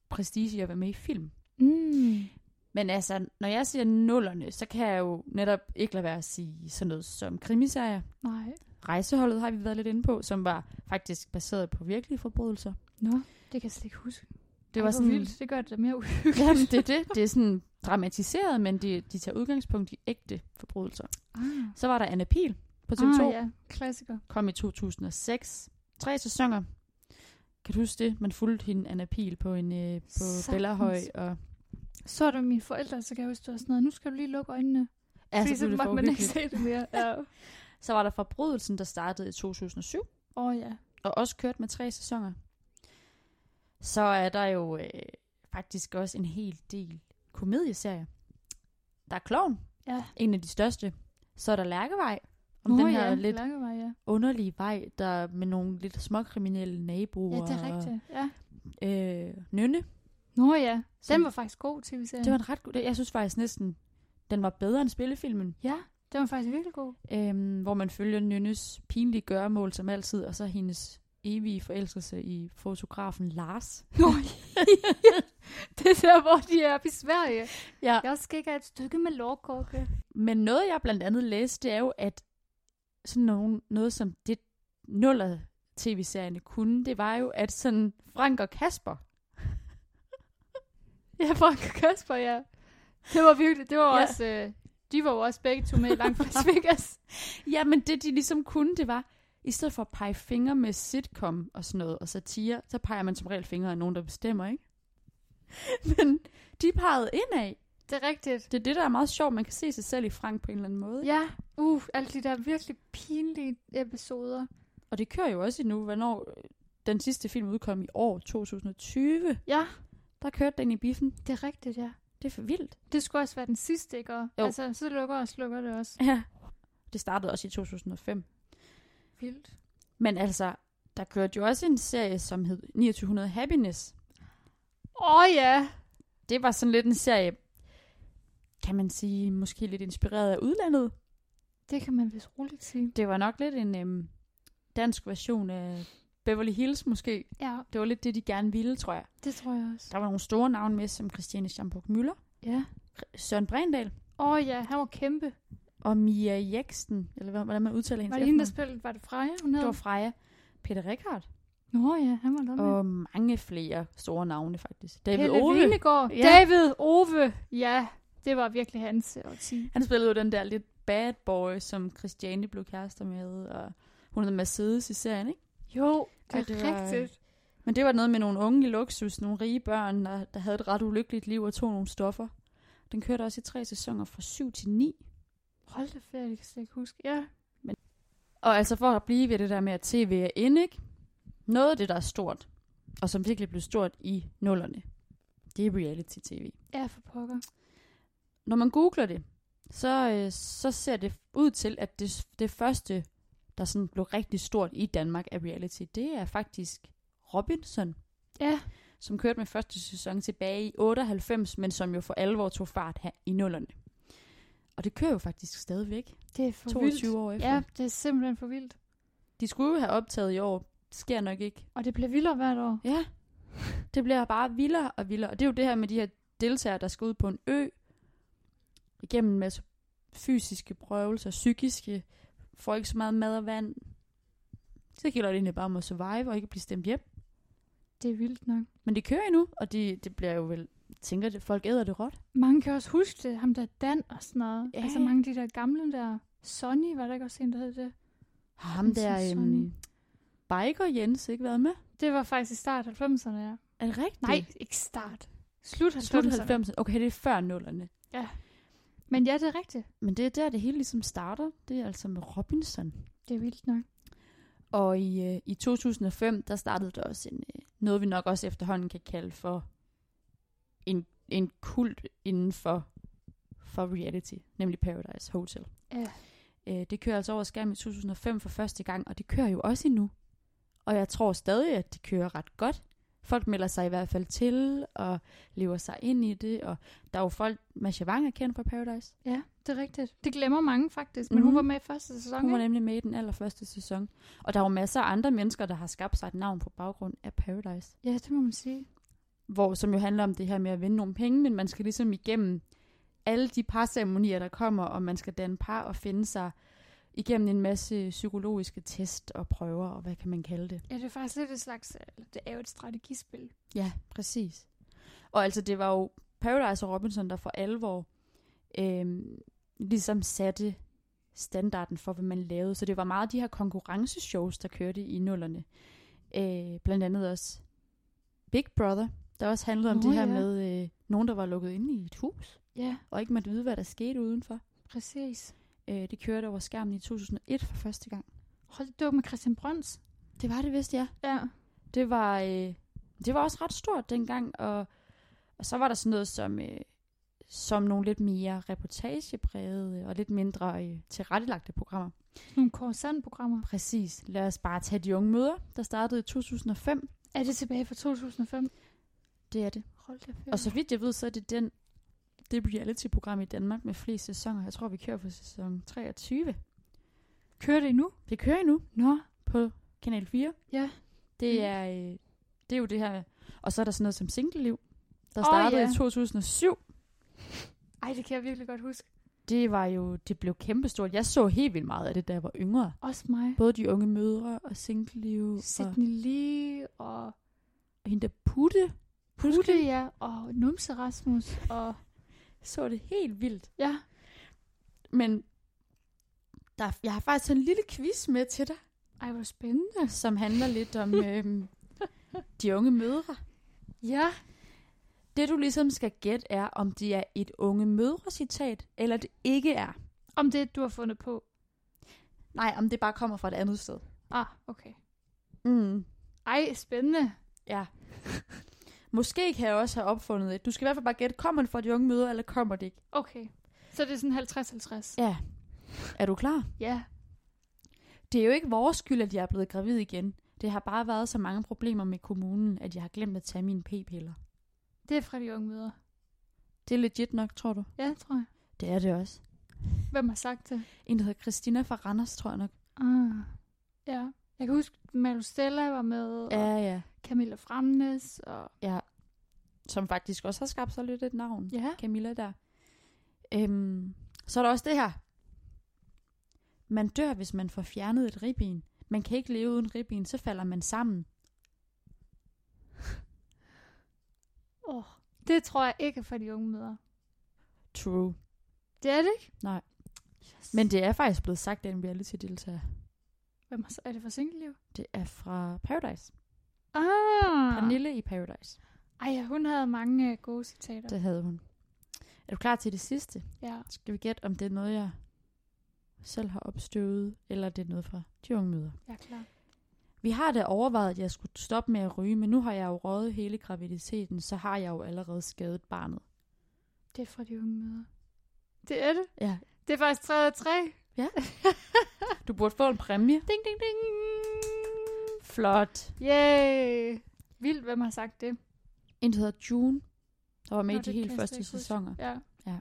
[SPEAKER 1] prestige i at være med i film.
[SPEAKER 2] Mm.
[SPEAKER 1] Men altså, når jeg siger nullerne, så kan jeg jo netop ikke lade være at sige sådan noget som krimiserier.
[SPEAKER 2] Nej.
[SPEAKER 1] Rejseholdet har vi været lidt inde på, som var faktisk baseret på virkelige forbrydelser.
[SPEAKER 2] Nå, det kan jeg slet ikke huske.
[SPEAKER 1] Det var
[SPEAKER 2] Ej, hvor
[SPEAKER 1] sådan
[SPEAKER 2] vildt. Det gør det da mere uhyggeligt.
[SPEAKER 1] Jamen, det er det. Det er sådan dramatiseret, men de, de tager udgangspunkt i ægte forbrydelser.
[SPEAKER 2] Ah.
[SPEAKER 1] Så var der Anna Pil på TV2.
[SPEAKER 2] Ah,
[SPEAKER 1] ja.
[SPEAKER 2] ja. Klassiker.
[SPEAKER 1] Kom i 2006. Tre sæsoner. Kan du huske det? Man fulgte hende, Anna Pil, på, en, øh, på
[SPEAKER 2] Sagtens.
[SPEAKER 1] Bellerhøj. Og,
[SPEAKER 2] Så du mine forældre, så kan jeg huske, det var sådan noget. Nu skal du lige lukke øjnene.
[SPEAKER 1] ja,
[SPEAKER 2] Fordi
[SPEAKER 1] så blev det for
[SPEAKER 2] måtte man ikke
[SPEAKER 1] uhyggeligt.
[SPEAKER 2] se det mere. Ja.
[SPEAKER 1] så var der Forbrydelsen, der startede i 2007.
[SPEAKER 2] Åh oh, ja.
[SPEAKER 1] og også kørt med tre sæsoner, så er der jo øh, faktisk også en hel del komedieserier. Der er Kloven,
[SPEAKER 2] Ja.
[SPEAKER 1] en af de største. Så er der Lærkevej, om
[SPEAKER 2] Nå,
[SPEAKER 1] den her
[SPEAKER 2] ja.
[SPEAKER 1] lidt
[SPEAKER 2] Langevej, ja.
[SPEAKER 1] underlige vej, der med nogle lidt småkriminelle naboer.
[SPEAKER 2] Ja, det er rigtigt. Ja.
[SPEAKER 1] Og, øh, Nynne,
[SPEAKER 2] Nå ja. Den
[SPEAKER 1] Som-
[SPEAKER 2] var faktisk god tv-serie.
[SPEAKER 1] det var en ret god... Jeg synes faktisk næsten, den var bedre end spillefilmen,
[SPEAKER 2] Ja, den var faktisk virkelig god.
[SPEAKER 1] øh, hvor man følger Nynnes pinlige gøremål som altid, og så hendes evige forelskelse i fotografen Lars.
[SPEAKER 2] Nå, det er der, hvor de er oppe i Sverige.
[SPEAKER 1] Ja.
[SPEAKER 2] Jeg skal ikke have et stykke med lårkåke.
[SPEAKER 1] Men noget, jeg blandt andet læste, det er jo, at sådan nogen, noget som det nuller tv-serierne kunne, det var jo, at sådan Frank og Kasper,
[SPEAKER 2] Ja, Frank og Kasper, ja. Det var virkelig, det var
[SPEAKER 1] Ja.
[SPEAKER 2] ja. også, øh, de var jo også begge to med i Langt fra Vegas.
[SPEAKER 1] ja, men det de ligesom kunne, det var, i stedet for at pege fingre med sitcom og sådan noget, og satire, så peger man som regel fingre af nogen, der bestemmer, ikke? Men de pegede indad.
[SPEAKER 2] Det er rigtigt.
[SPEAKER 1] Det er det, der er meget sjovt. Man kan se sig selv i Frank på en eller anden måde. Ja.
[SPEAKER 2] Ja, uh, alle de der virkelig pinlige episoder.
[SPEAKER 1] Og det kører jo også endnu, hvornår øh, den sidste film udkom i år 2020.
[SPEAKER 2] Ja,
[SPEAKER 1] Der kørte den i biffen.
[SPEAKER 2] det er rigtigt, ja.
[SPEAKER 1] Det er for vildt.
[SPEAKER 2] Det skulle også være den sidste, ikke? Og,
[SPEAKER 1] Jo.
[SPEAKER 2] altså, så lukker og slukker det også.
[SPEAKER 1] Ja. Det startede også i 2005.
[SPEAKER 2] Vildt.
[SPEAKER 1] Men altså, der kørte jo også en serie, som hed 2900 Happiness.
[SPEAKER 2] Åh oh, ja.
[SPEAKER 1] Det var sådan lidt en serie, kan man sige, måske lidt inspireret af udlandet.
[SPEAKER 2] Det kan man vist roligt sige.
[SPEAKER 1] Det var nok lidt en øhm, dansk version af Beverly Hills måske.
[SPEAKER 2] Ja,
[SPEAKER 1] Det var lidt det, de gerne ville, tror jeg.
[SPEAKER 2] det tror jeg også.
[SPEAKER 1] Der var nogle store navne med, som Christiane Schamburg Møller,
[SPEAKER 2] Ja.
[SPEAKER 1] Søren Brindal
[SPEAKER 2] Åh oh, ja, han var kæmpe.
[SPEAKER 1] og Mia Jeksten, eller hvad- hvordan man udtaler hendes
[SPEAKER 2] Var det hende, der
[SPEAKER 1] efternavn.
[SPEAKER 2] spillede? Var det Freja, hun
[SPEAKER 1] Det
[SPEAKER 2] havde?
[SPEAKER 1] var Freja. Peter Rickard.
[SPEAKER 2] Nå ja, han var der med.
[SPEAKER 1] Og mange flere store navne, faktisk. David
[SPEAKER 2] Pelle
[SPEAKER 1] Ove.
[SPEAKER 2] Vinegård.
[SPEAKER 1] Ja.
[SPEAKER 2] Ja. David Ove. Ja, det var virkelig hans øh, årti.
[SPEAKER 1] Han spillede jo den der lidt bad boy, som Christiane blev kærester med, og hun hed Mercedes i serien, ikke?
[SPEAKER 2] Jo, det
[SPEAKER 1] Ej,
[SPEAKER 2] er
[SPEAKER 1] det
[SPEAKER 2] det
[SPEAKER 1] var-
[SPEAKER 2] rigtigt.
[SPEAKER 1] Men det var noget med nogle unge i luksus, nogle rige børn, der, der havde et ret ulykkeligt liv og tog nogle stoffer. Den kørte også i tre sæsoner fra 7 til 9.
[SPEAKER 2] Hold da ferie, det kan jeg slet ikke huske. Ja.
[SPEAKER 1] Og altså for at blive ved det der med, at tv er inde, ikke? Noget af det, der er stort, og som virkelig blev stort i nullerne, det er reality-tv.
[SPEAKER 2] Ja, for pokker.
[SPEAKER 1] Når man googler det, så, øh, så ser det ud til, at det, det første, der sådan blev rigtig stort i Danmark af reality, det er faktisk Robinson,
[SPEAKER 2] Ja,
[SPEAKER 1] som kørte med første sæson tilbage i 98, men som jo for alvor tog fart her i nullerne. Og det kører jo faktisk stadigvæk,
[SPEAKER 2] det er for
[SPEAKER 1] 22
[SPEAKER 2] vildt.
[SPEAKER 1] år efter.
[SPEAKER 2] Ja, det er simpelthen for vildt.
[SPEAKER 1] De skulle jo have optaget i år, det sker nok ikke.
[SPEAKER 2] Og det bliver vildere hvert år.
[SPEAKER 1] Ja, det bliver bare vildere og vildere. Og det er jo det her med de her deltagere, der skal ud på en ø, igennem en masse fysiske prøvelser, psykiske, får ikke så meget mad og vand, Så gælder det egentlig bare om at survive og ikke blive stemt hjem.
[SPEAKER 2] Det er vildt nok.
[SPEAKER 1] Men det kører endnu, og det, det bliver jo vel... Tænker det, folk æder det råt.
[SPEAKER 2] Mange kan også huske det, ham der Dan og sådan noget.
[SPEAKER 1] Ja,
[SPEAKER 2] Ja, altså
[SPEAKER 1] ja.
[SPEAKER 2] mange af de der gamle der. Sonny, var der ikke også en, der hed det?
[SPEAKER 1] Ham der...
[SPEAKER 2] Sådan,
[SPEAKER 1] Øhm, biker Jens ikke været med?
[SPEAKER 2] Det var faktisk i start 90'erne, ja.
[SPEAKER 1] Er det rigtigt?
[SPEAKER 2] Nej, ikke start. Slut 90'erne.
[SPEAKER 1] Slut 90'erne. Okay, det er før nullerne.
[SPEAKER 2] Men ja, det er rigtigt.
[SPEAKER 1] Men det er der, det hele ligesom starter. Det er altså med Robinson.
[SPEAKER 2] Det er vildt nok.
[SPEAKER 1] Og i, øh, i 2005, der startede der også en, øh, noget, vi nok også efterhånden kan kalde for en, en kult inden for, for reality, nemlig Paradise Hotel.
[SPEAKER 2] Ja.
[SPEAKER 1] Øh, det kører altså over skærmen i 2005 for første gang, og det kører jo også endnu. Og jeg tror stadig, at det kører ret godt. Folk melder sig i hvert fald til, og lever sig ind i det, og der er jo folk, Masha Wang er kendt fra Paradise.
[SPEAKER 2] Ja, det er rigtigt. Det glemmer mange faktisk, men
[SPEAKER 1] Mhm.
[SPEAKER 2] mm. hun var med i første sæson.
[SPEAKER 1] Hun var
[SPEAKER 2] ikke?
[SPEAKER 1] nemlig med i den allerførste sæson. Og der er jo masser af andre mennesker, der har skabt sig et navn på baggrund af Paradise.
[SPEAKER 2] Ja, det må man sige.
[SPEAKER 1] hvor, som jo handler om det her med at vinde nogle penge, men man skal ligesom igennem alle de parceremonier, der kommer, og man skal danne par og finde sig igennem en masse psykologiske test og prøver, og hvad kan man kalde det?
[SPEAKER 2] Ja, det er faktisk lidt et slags, eller det er jo et strategispil.
[SPEAKER 1] Ja, præcis. Og altså, det var jo Paradise og Robinson, der for alvor øhm, ligesom satte standarden for, hvad man lavede. Så det var meget de her konkurrenceshows, der kørte i nullerne. Øh, blandt andet også Big Brother, der også handlede om
[SPEAKER 2] Nå,
[SPEAKER 1] det her
[SPEAKER 2] ja.
[SPEAKER 1] med øh, nogen, der var lukket inde i et hus,
[SPEAKER 2] Ja,
[SPEAKER 1] og ikke måtte vide, hvad der skete udenfor.
[SPEAKER 2] præcis.
[SPEAKER 1] Øh, det kørte over skærmen i 2001 for første gang.
[SPEAKER 2] Hold det var med Christian Brøns.
[SPEAKER 1] Det var det, vidste jeg.
[SPEAKER 2] Ja.
[SPEAKER 1] Det var, øh, det var også ret stort dengang, og, og så var der sådan noget som, øh, som nogle lidt mere reportageprægede og lidt mindre øh, tilrettelagte programmer.
[SPEAKER 2] Nogle Korsand-programmer.
[SPEAKER 1] Præcis. Lad os bare tage de unge møder, der startede i 2005.
[SPEAKER 2] Er det tilbage fra 2005?
[SPEAKER 1] Det er det.
[SPEAKER 2] Hold da fedt.
[SPEAKER 1] Og så vidt jeg ved, så er det den det reality-program i Danmark med flest sæsoner. Jeg tror, vi kører på sæson 23.
[SPEAKER 2] kører det nu?
[SPEAKER 1] Det kører nu
[SPEAKER 2] Nå,
[SPEAKER 1] på Kanal 4.
[SPEAKER 2] Ja.
[SPEAKER 1] Det
[SPEAKER 2] Mm.
[SPEAKER 1] er, øh, det er jo det her. Og så er der sådan noget som singleliv, der
[SPEAKER 2] Åh,
[SPEAKER 1] startede
[SPEAKER 2] ja.
[SPEAKER 1] i 2007.
[SPEAKER 2] ej, det kan jeg virkelig godt huske.
[SPEAKER 1] det var jo, det blev kæmpestort. Jeg så helt vildt meget af det, da jeg var yngre.
[SPEAKER 2] Også mig.
[SPEAKER 1] Både de unge mødre og singleliv og
[SPEAKER 2] Sydney Lee og
[SPEAKER 1] hende der putte.
[SPEAKER 2] Putte, ja, og Numse Rasmus, og
[SPEAKER 1] Så det helt vildt.
[SPEAKER 2] ja,
[SPEAKER 1] Men der, jeg har faktisk en lille quiz med til dig,
[SPEAKER 2] ej, hvor spændende.
[SPEAKER 1] som handler lidt om øhm, de unge mødre.
[SPEAKER 2] Ja,
[SPEAKER 1] Det du ligesom skal gætte er, om det er et unge mødre citat, eller det ikke er.
[SPEAKER 2] om det, du har fundet på.
[SPEAKER 1] Nej, om det bare kommer fra et andet sted.
[SPEAKER 2] Ah, okay.
[SPEAKER 1] Mm.
[SPEAKER 2] Ej, spændende.
[SPEAKER 1] Ja. Måske kan jeg også have opfundet et. Du skal i hvert fald bare gætte, kommer det fra de unge mødre, eller kommer det ikke?
[SPEAKER 2] Okay. Så det er sådan 50-50.
[SPEAKER 1] Ja. Er du klar?
[SPEAKER 2] Ja.
[SPEAKER 1] Det er jo ikke vores skyld, at jeg er blevet gravid igen. Det har bare været så mange problemer med kommunen, at jeg har glemt at tage mine p-piller.
[SPEAKER 2] Det er fra de unge møder.
[SPEAKER 1] Det er legit nok, tror du?
[SPEAKER 2] Ja, tror jeg.
[SPEAKER 1] Det er det også.
[SPEAKER 2] Hvem har sagt det?
[SPEAKER 1] En, der hedder Christina fra Randers, tror jeg nok.
[SPEAKER 2] Ah. Ja. Jeg kan huske, Malu Stella var med, ja. og
[SPEAKER 1] Ja, ja.
[SPEAKER 2] Camilla Fremnes, og
[SPEAKER 1] Som faktisk også har skabt sig lidt et navn.
[SPEAKER 2] ja.
[SPEAKER 1] Camilla der. Øhm, så er der også det her. Man dør, hvis man får fjernet et ribben. Man kan ikke leve uden ribben, så falder man sammen.
[SPEAKER 2] Oh. Det tror jeg ikke er fra de unge møder.
[SPEAKER 1] True.
[SPEAKER 2] Det er det ikke?
[SPEAKER 1] Nej.
[SPEAKER 2] Yes.
[SPEAKER 1] Men det er faktisk blevet sagt af en reality-deltager.
[SPEAKER 2] Hvem har, er det fra single
[SPEAKER 1] Det er fra Paradise.
[SPEAKER 2] Ah.
[SPEAKER 1] Pernille i Paradise.
[SPEAKER 2] Ej, ja, hun havde mange øh, gode citater. Det.
[SPEAKER 1] Det havde hun. Er du klar til det sidste?
[SPEAKER 2] Ja.
[SPEAKER 1] Skal vi gætte, om det er noget, jeg selv har opstøvet, eller det er noget fra de unge møder?
[SPEAKER 2] Jeg er klar.
[SPEAKER 1] Vi har da overvejet, at jeg skulle stoppe med at ryge, men nu har jeg jo røget hele graviditeten, så har jeg jo allerede skadet barnet.
[SPEAKER 2] Det er fra de unge møder. Det er det.
[SPEAKER 1] Ja.
[SPEAKER 2] Det er faktisk 3 af 3.
[SPEAKER 1] Du burde få en præmie.
[SPEAKER 2] Ding, ding, ding.
[SPEAKER 1] Flot.
[SPEAKER 2] Yay. Vildt, hvem har sagt det?
[SPEAKER 1] En der hedder June, der var med
[SPEAKER 2] Nå,
[SPEAKER 1] i de
[SPEAKER 2] det
[SPEAKER 1] helt
[SPEAKER 2] kan jeg slet
[SPEAKER 1] første
[SPEAKER 2] ikke huske.
[SPEAKER 1] sæsoner.
[SPEAKER 2] Ja.
[SPEAKER 1] Ja.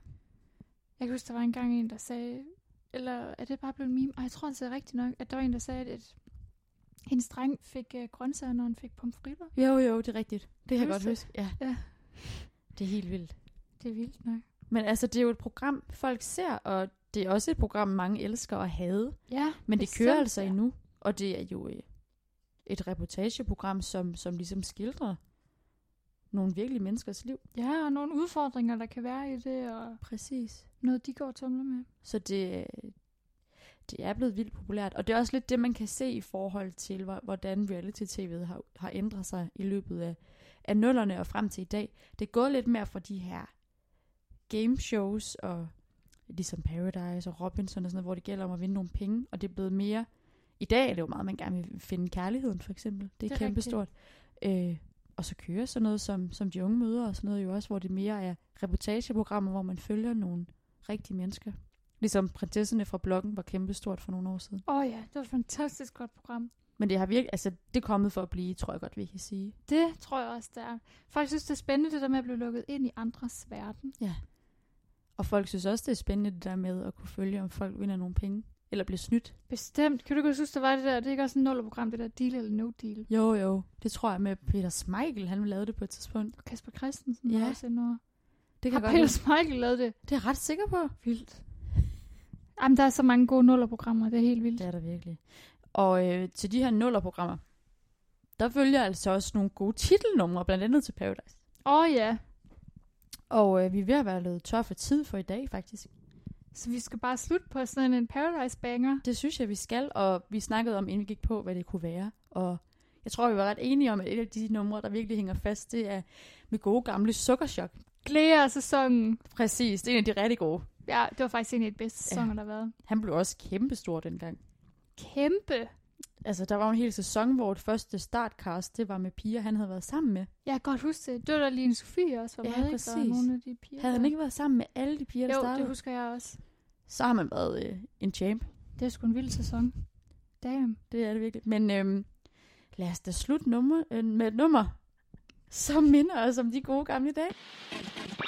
[SPEAKER 2] Jeg kan huske, der var engang en, der sagde, eller er det bare blevet en meme? Ej, jeg tror, det er rigtigt nok, at der var en, der sagde, at et, hendes dreng fik øh, grøntsager, når han fik pomfritter.
[SPEAKER 1] Jo, jo, det er rigtigt. Det kan jeg godt
[SPEAKER 2] Husk det.
[SPEAKER 1] huske. Ja.
[SPEAKER 2] Ja.
[SPEAKER 1] Det er helt vildt.
[SPEAKER 2] Det er vildt nok.
[SPEAKER 1] Men altså, det er jo et program, folk ser, og det er også et program, mange elsker at have.
[SPEAKER 2] Ja,
[SPEAKER 1] Men det kører
[SPEAKER 2] bestemt,
[SPEAKER 1] altså
[SPEAKER 2] ja.
[SPEAKER 1] endnu, og det er jo øh, et reportageprogram, som, som ligesom skildrer nogle virkelige menneskers liv.
[SPEAKER 2] Ja, og nogle udfordringer, der kan være i det, og
[SPEAKER 1] Præcis.
[SPEAKER 2] noget, de går og tumler med.
[SPEAKER 1] Så det, det er blevet vildt populært. Og det er også lidt det, man kan se i forhold til, hvor- hvordan reality-tv'et har, har ændret sig i løbet af, af nullerne og frem til i dag. Det er gået lidt mere fra de her game shows og ligesom Paradise og Robinson og sådan noget, hvor det gælder om at vinde nogle penge, og det er blevet mere... I dag er det jo meget, man gerne vil finde kærligheden, for eksempel. Det er, det
[SPEAKER 2] Det er
[SPEAKER 1] er kæmpestort. Øh, og så kører sådan noget som, som de unge møder og sådan noget jo også, hvor det mere er reportageprogrammer, hvor man følger nogle rigtige mennesker. Ligesom prinsesserne fra blokken var kæmpestort for nogle år siden.
[SPEAKER 2] Åh oh ja, det var et fantastisk godt program.
[SPEAKER 1] Men det har virkelig, altså det er kommet for at blive, tror jeg godt, vi kan sige.
[SPEAKER 2] Det tror jeg også, det er. Folk synes, det er spændende, det der med at blive lukket ind i andres verden.
[SPEAKER 1] Og folk synes også, det er spændende det der med at kunne følge, om folk vinder nogle penge. Eller bliver snydt.
[SPEAKER 2] Bestemt. Kan du ikke også huske, der var det der, det er ikke også sådan et program, det der deal eller no deal?
[SPEAKER 1] Jo, jo. Det tror jeg med Peter Smeichel, han lavede det på et tidspunkt.
[SPEAKER 2] Og Kasper Christensen ja.
[SPEAKER 1] Ja.
[SPEAKER 2] var også endnu.
[SPEAKER 1] Det
[SPEAKER 2] Har
[SPEAKER 1] kan jeg
[SPEAKER 2] Peter
[SPEAKER 1] godt lide.
[SPEAKER 2] Smeichel lavet det?
[SPEAKER 1] Det er jeg ret sikker på.
[SPEAKER 2] Vildt. Jamen, der er så mange gode nullerprogrammer, det er helt vildt.
[SPEAKER 1] Det er der virkelig. Og øh, til de her nullerprogrammer, der følger altså også nogle gode titelnumre, blandt andet til Paradise.
[SPEAKER 2] Åh oh, ja,
[SPEAKER 1] Og øh, vi er ved at være lavet tør for tid for i dag, faktisk.
[SPEAKER 2] så vi skal bare slutte på sådan en Paradise Banger.
[SPEAKER 1] Det synes jeg, vi skal, og vi snakkede om, inden vi gik på, hvad det kunne være. Og jeg tror, vi var ret enige om, at et af de numre, der virkelig hænger fast, det er med gode gamle sukkerchok.
[SPEAKER 2] Glæder sæsonen.
[SPEAKER 1] Præcis, det er en af de rigtig gode.
[SPEAKER 2] Ja, det var faktisk en af de bedste sæsoner, ja. der har været.
[SPEAKER 1] Han blev også kæmpestor dengang.
[SPEAKER 2] Kæmpe.
[SPEAKER 1] Altså, der var jo en hel sæson, hvor det første startcast, det var med piger, han havde været sammen med.
[SPEAKER 2] Jeg kan godt huske det. Det var da lige en Sofie også var
[SPEAKER 1] Ja,
[SPEAKER 2] med, ikke? Og
[SPEAKER 1] præcis.
[SPEAKER 2] nogle af de piger.
[SPEAKER 1] Havde han
[SPEAKER 2] der-
[SPEAKER 1] ikke været sammen med alle de piger, der
[SPEAKER 2] Jo, det
[SPEAKER 1] startede,
[SPEAKER 2] husker jeg også.
[SPEAKER 1] så har man været øh, en champ.
[SPEAKER 2] Det er sgu en vild sæson. Damn.
[SPEAKER 1] Det er det virkelig. Men øhm, lad os da slutte nummer, øh, med et nummer, som minder os om de gode gamle dage.
[SPEAKER 5] We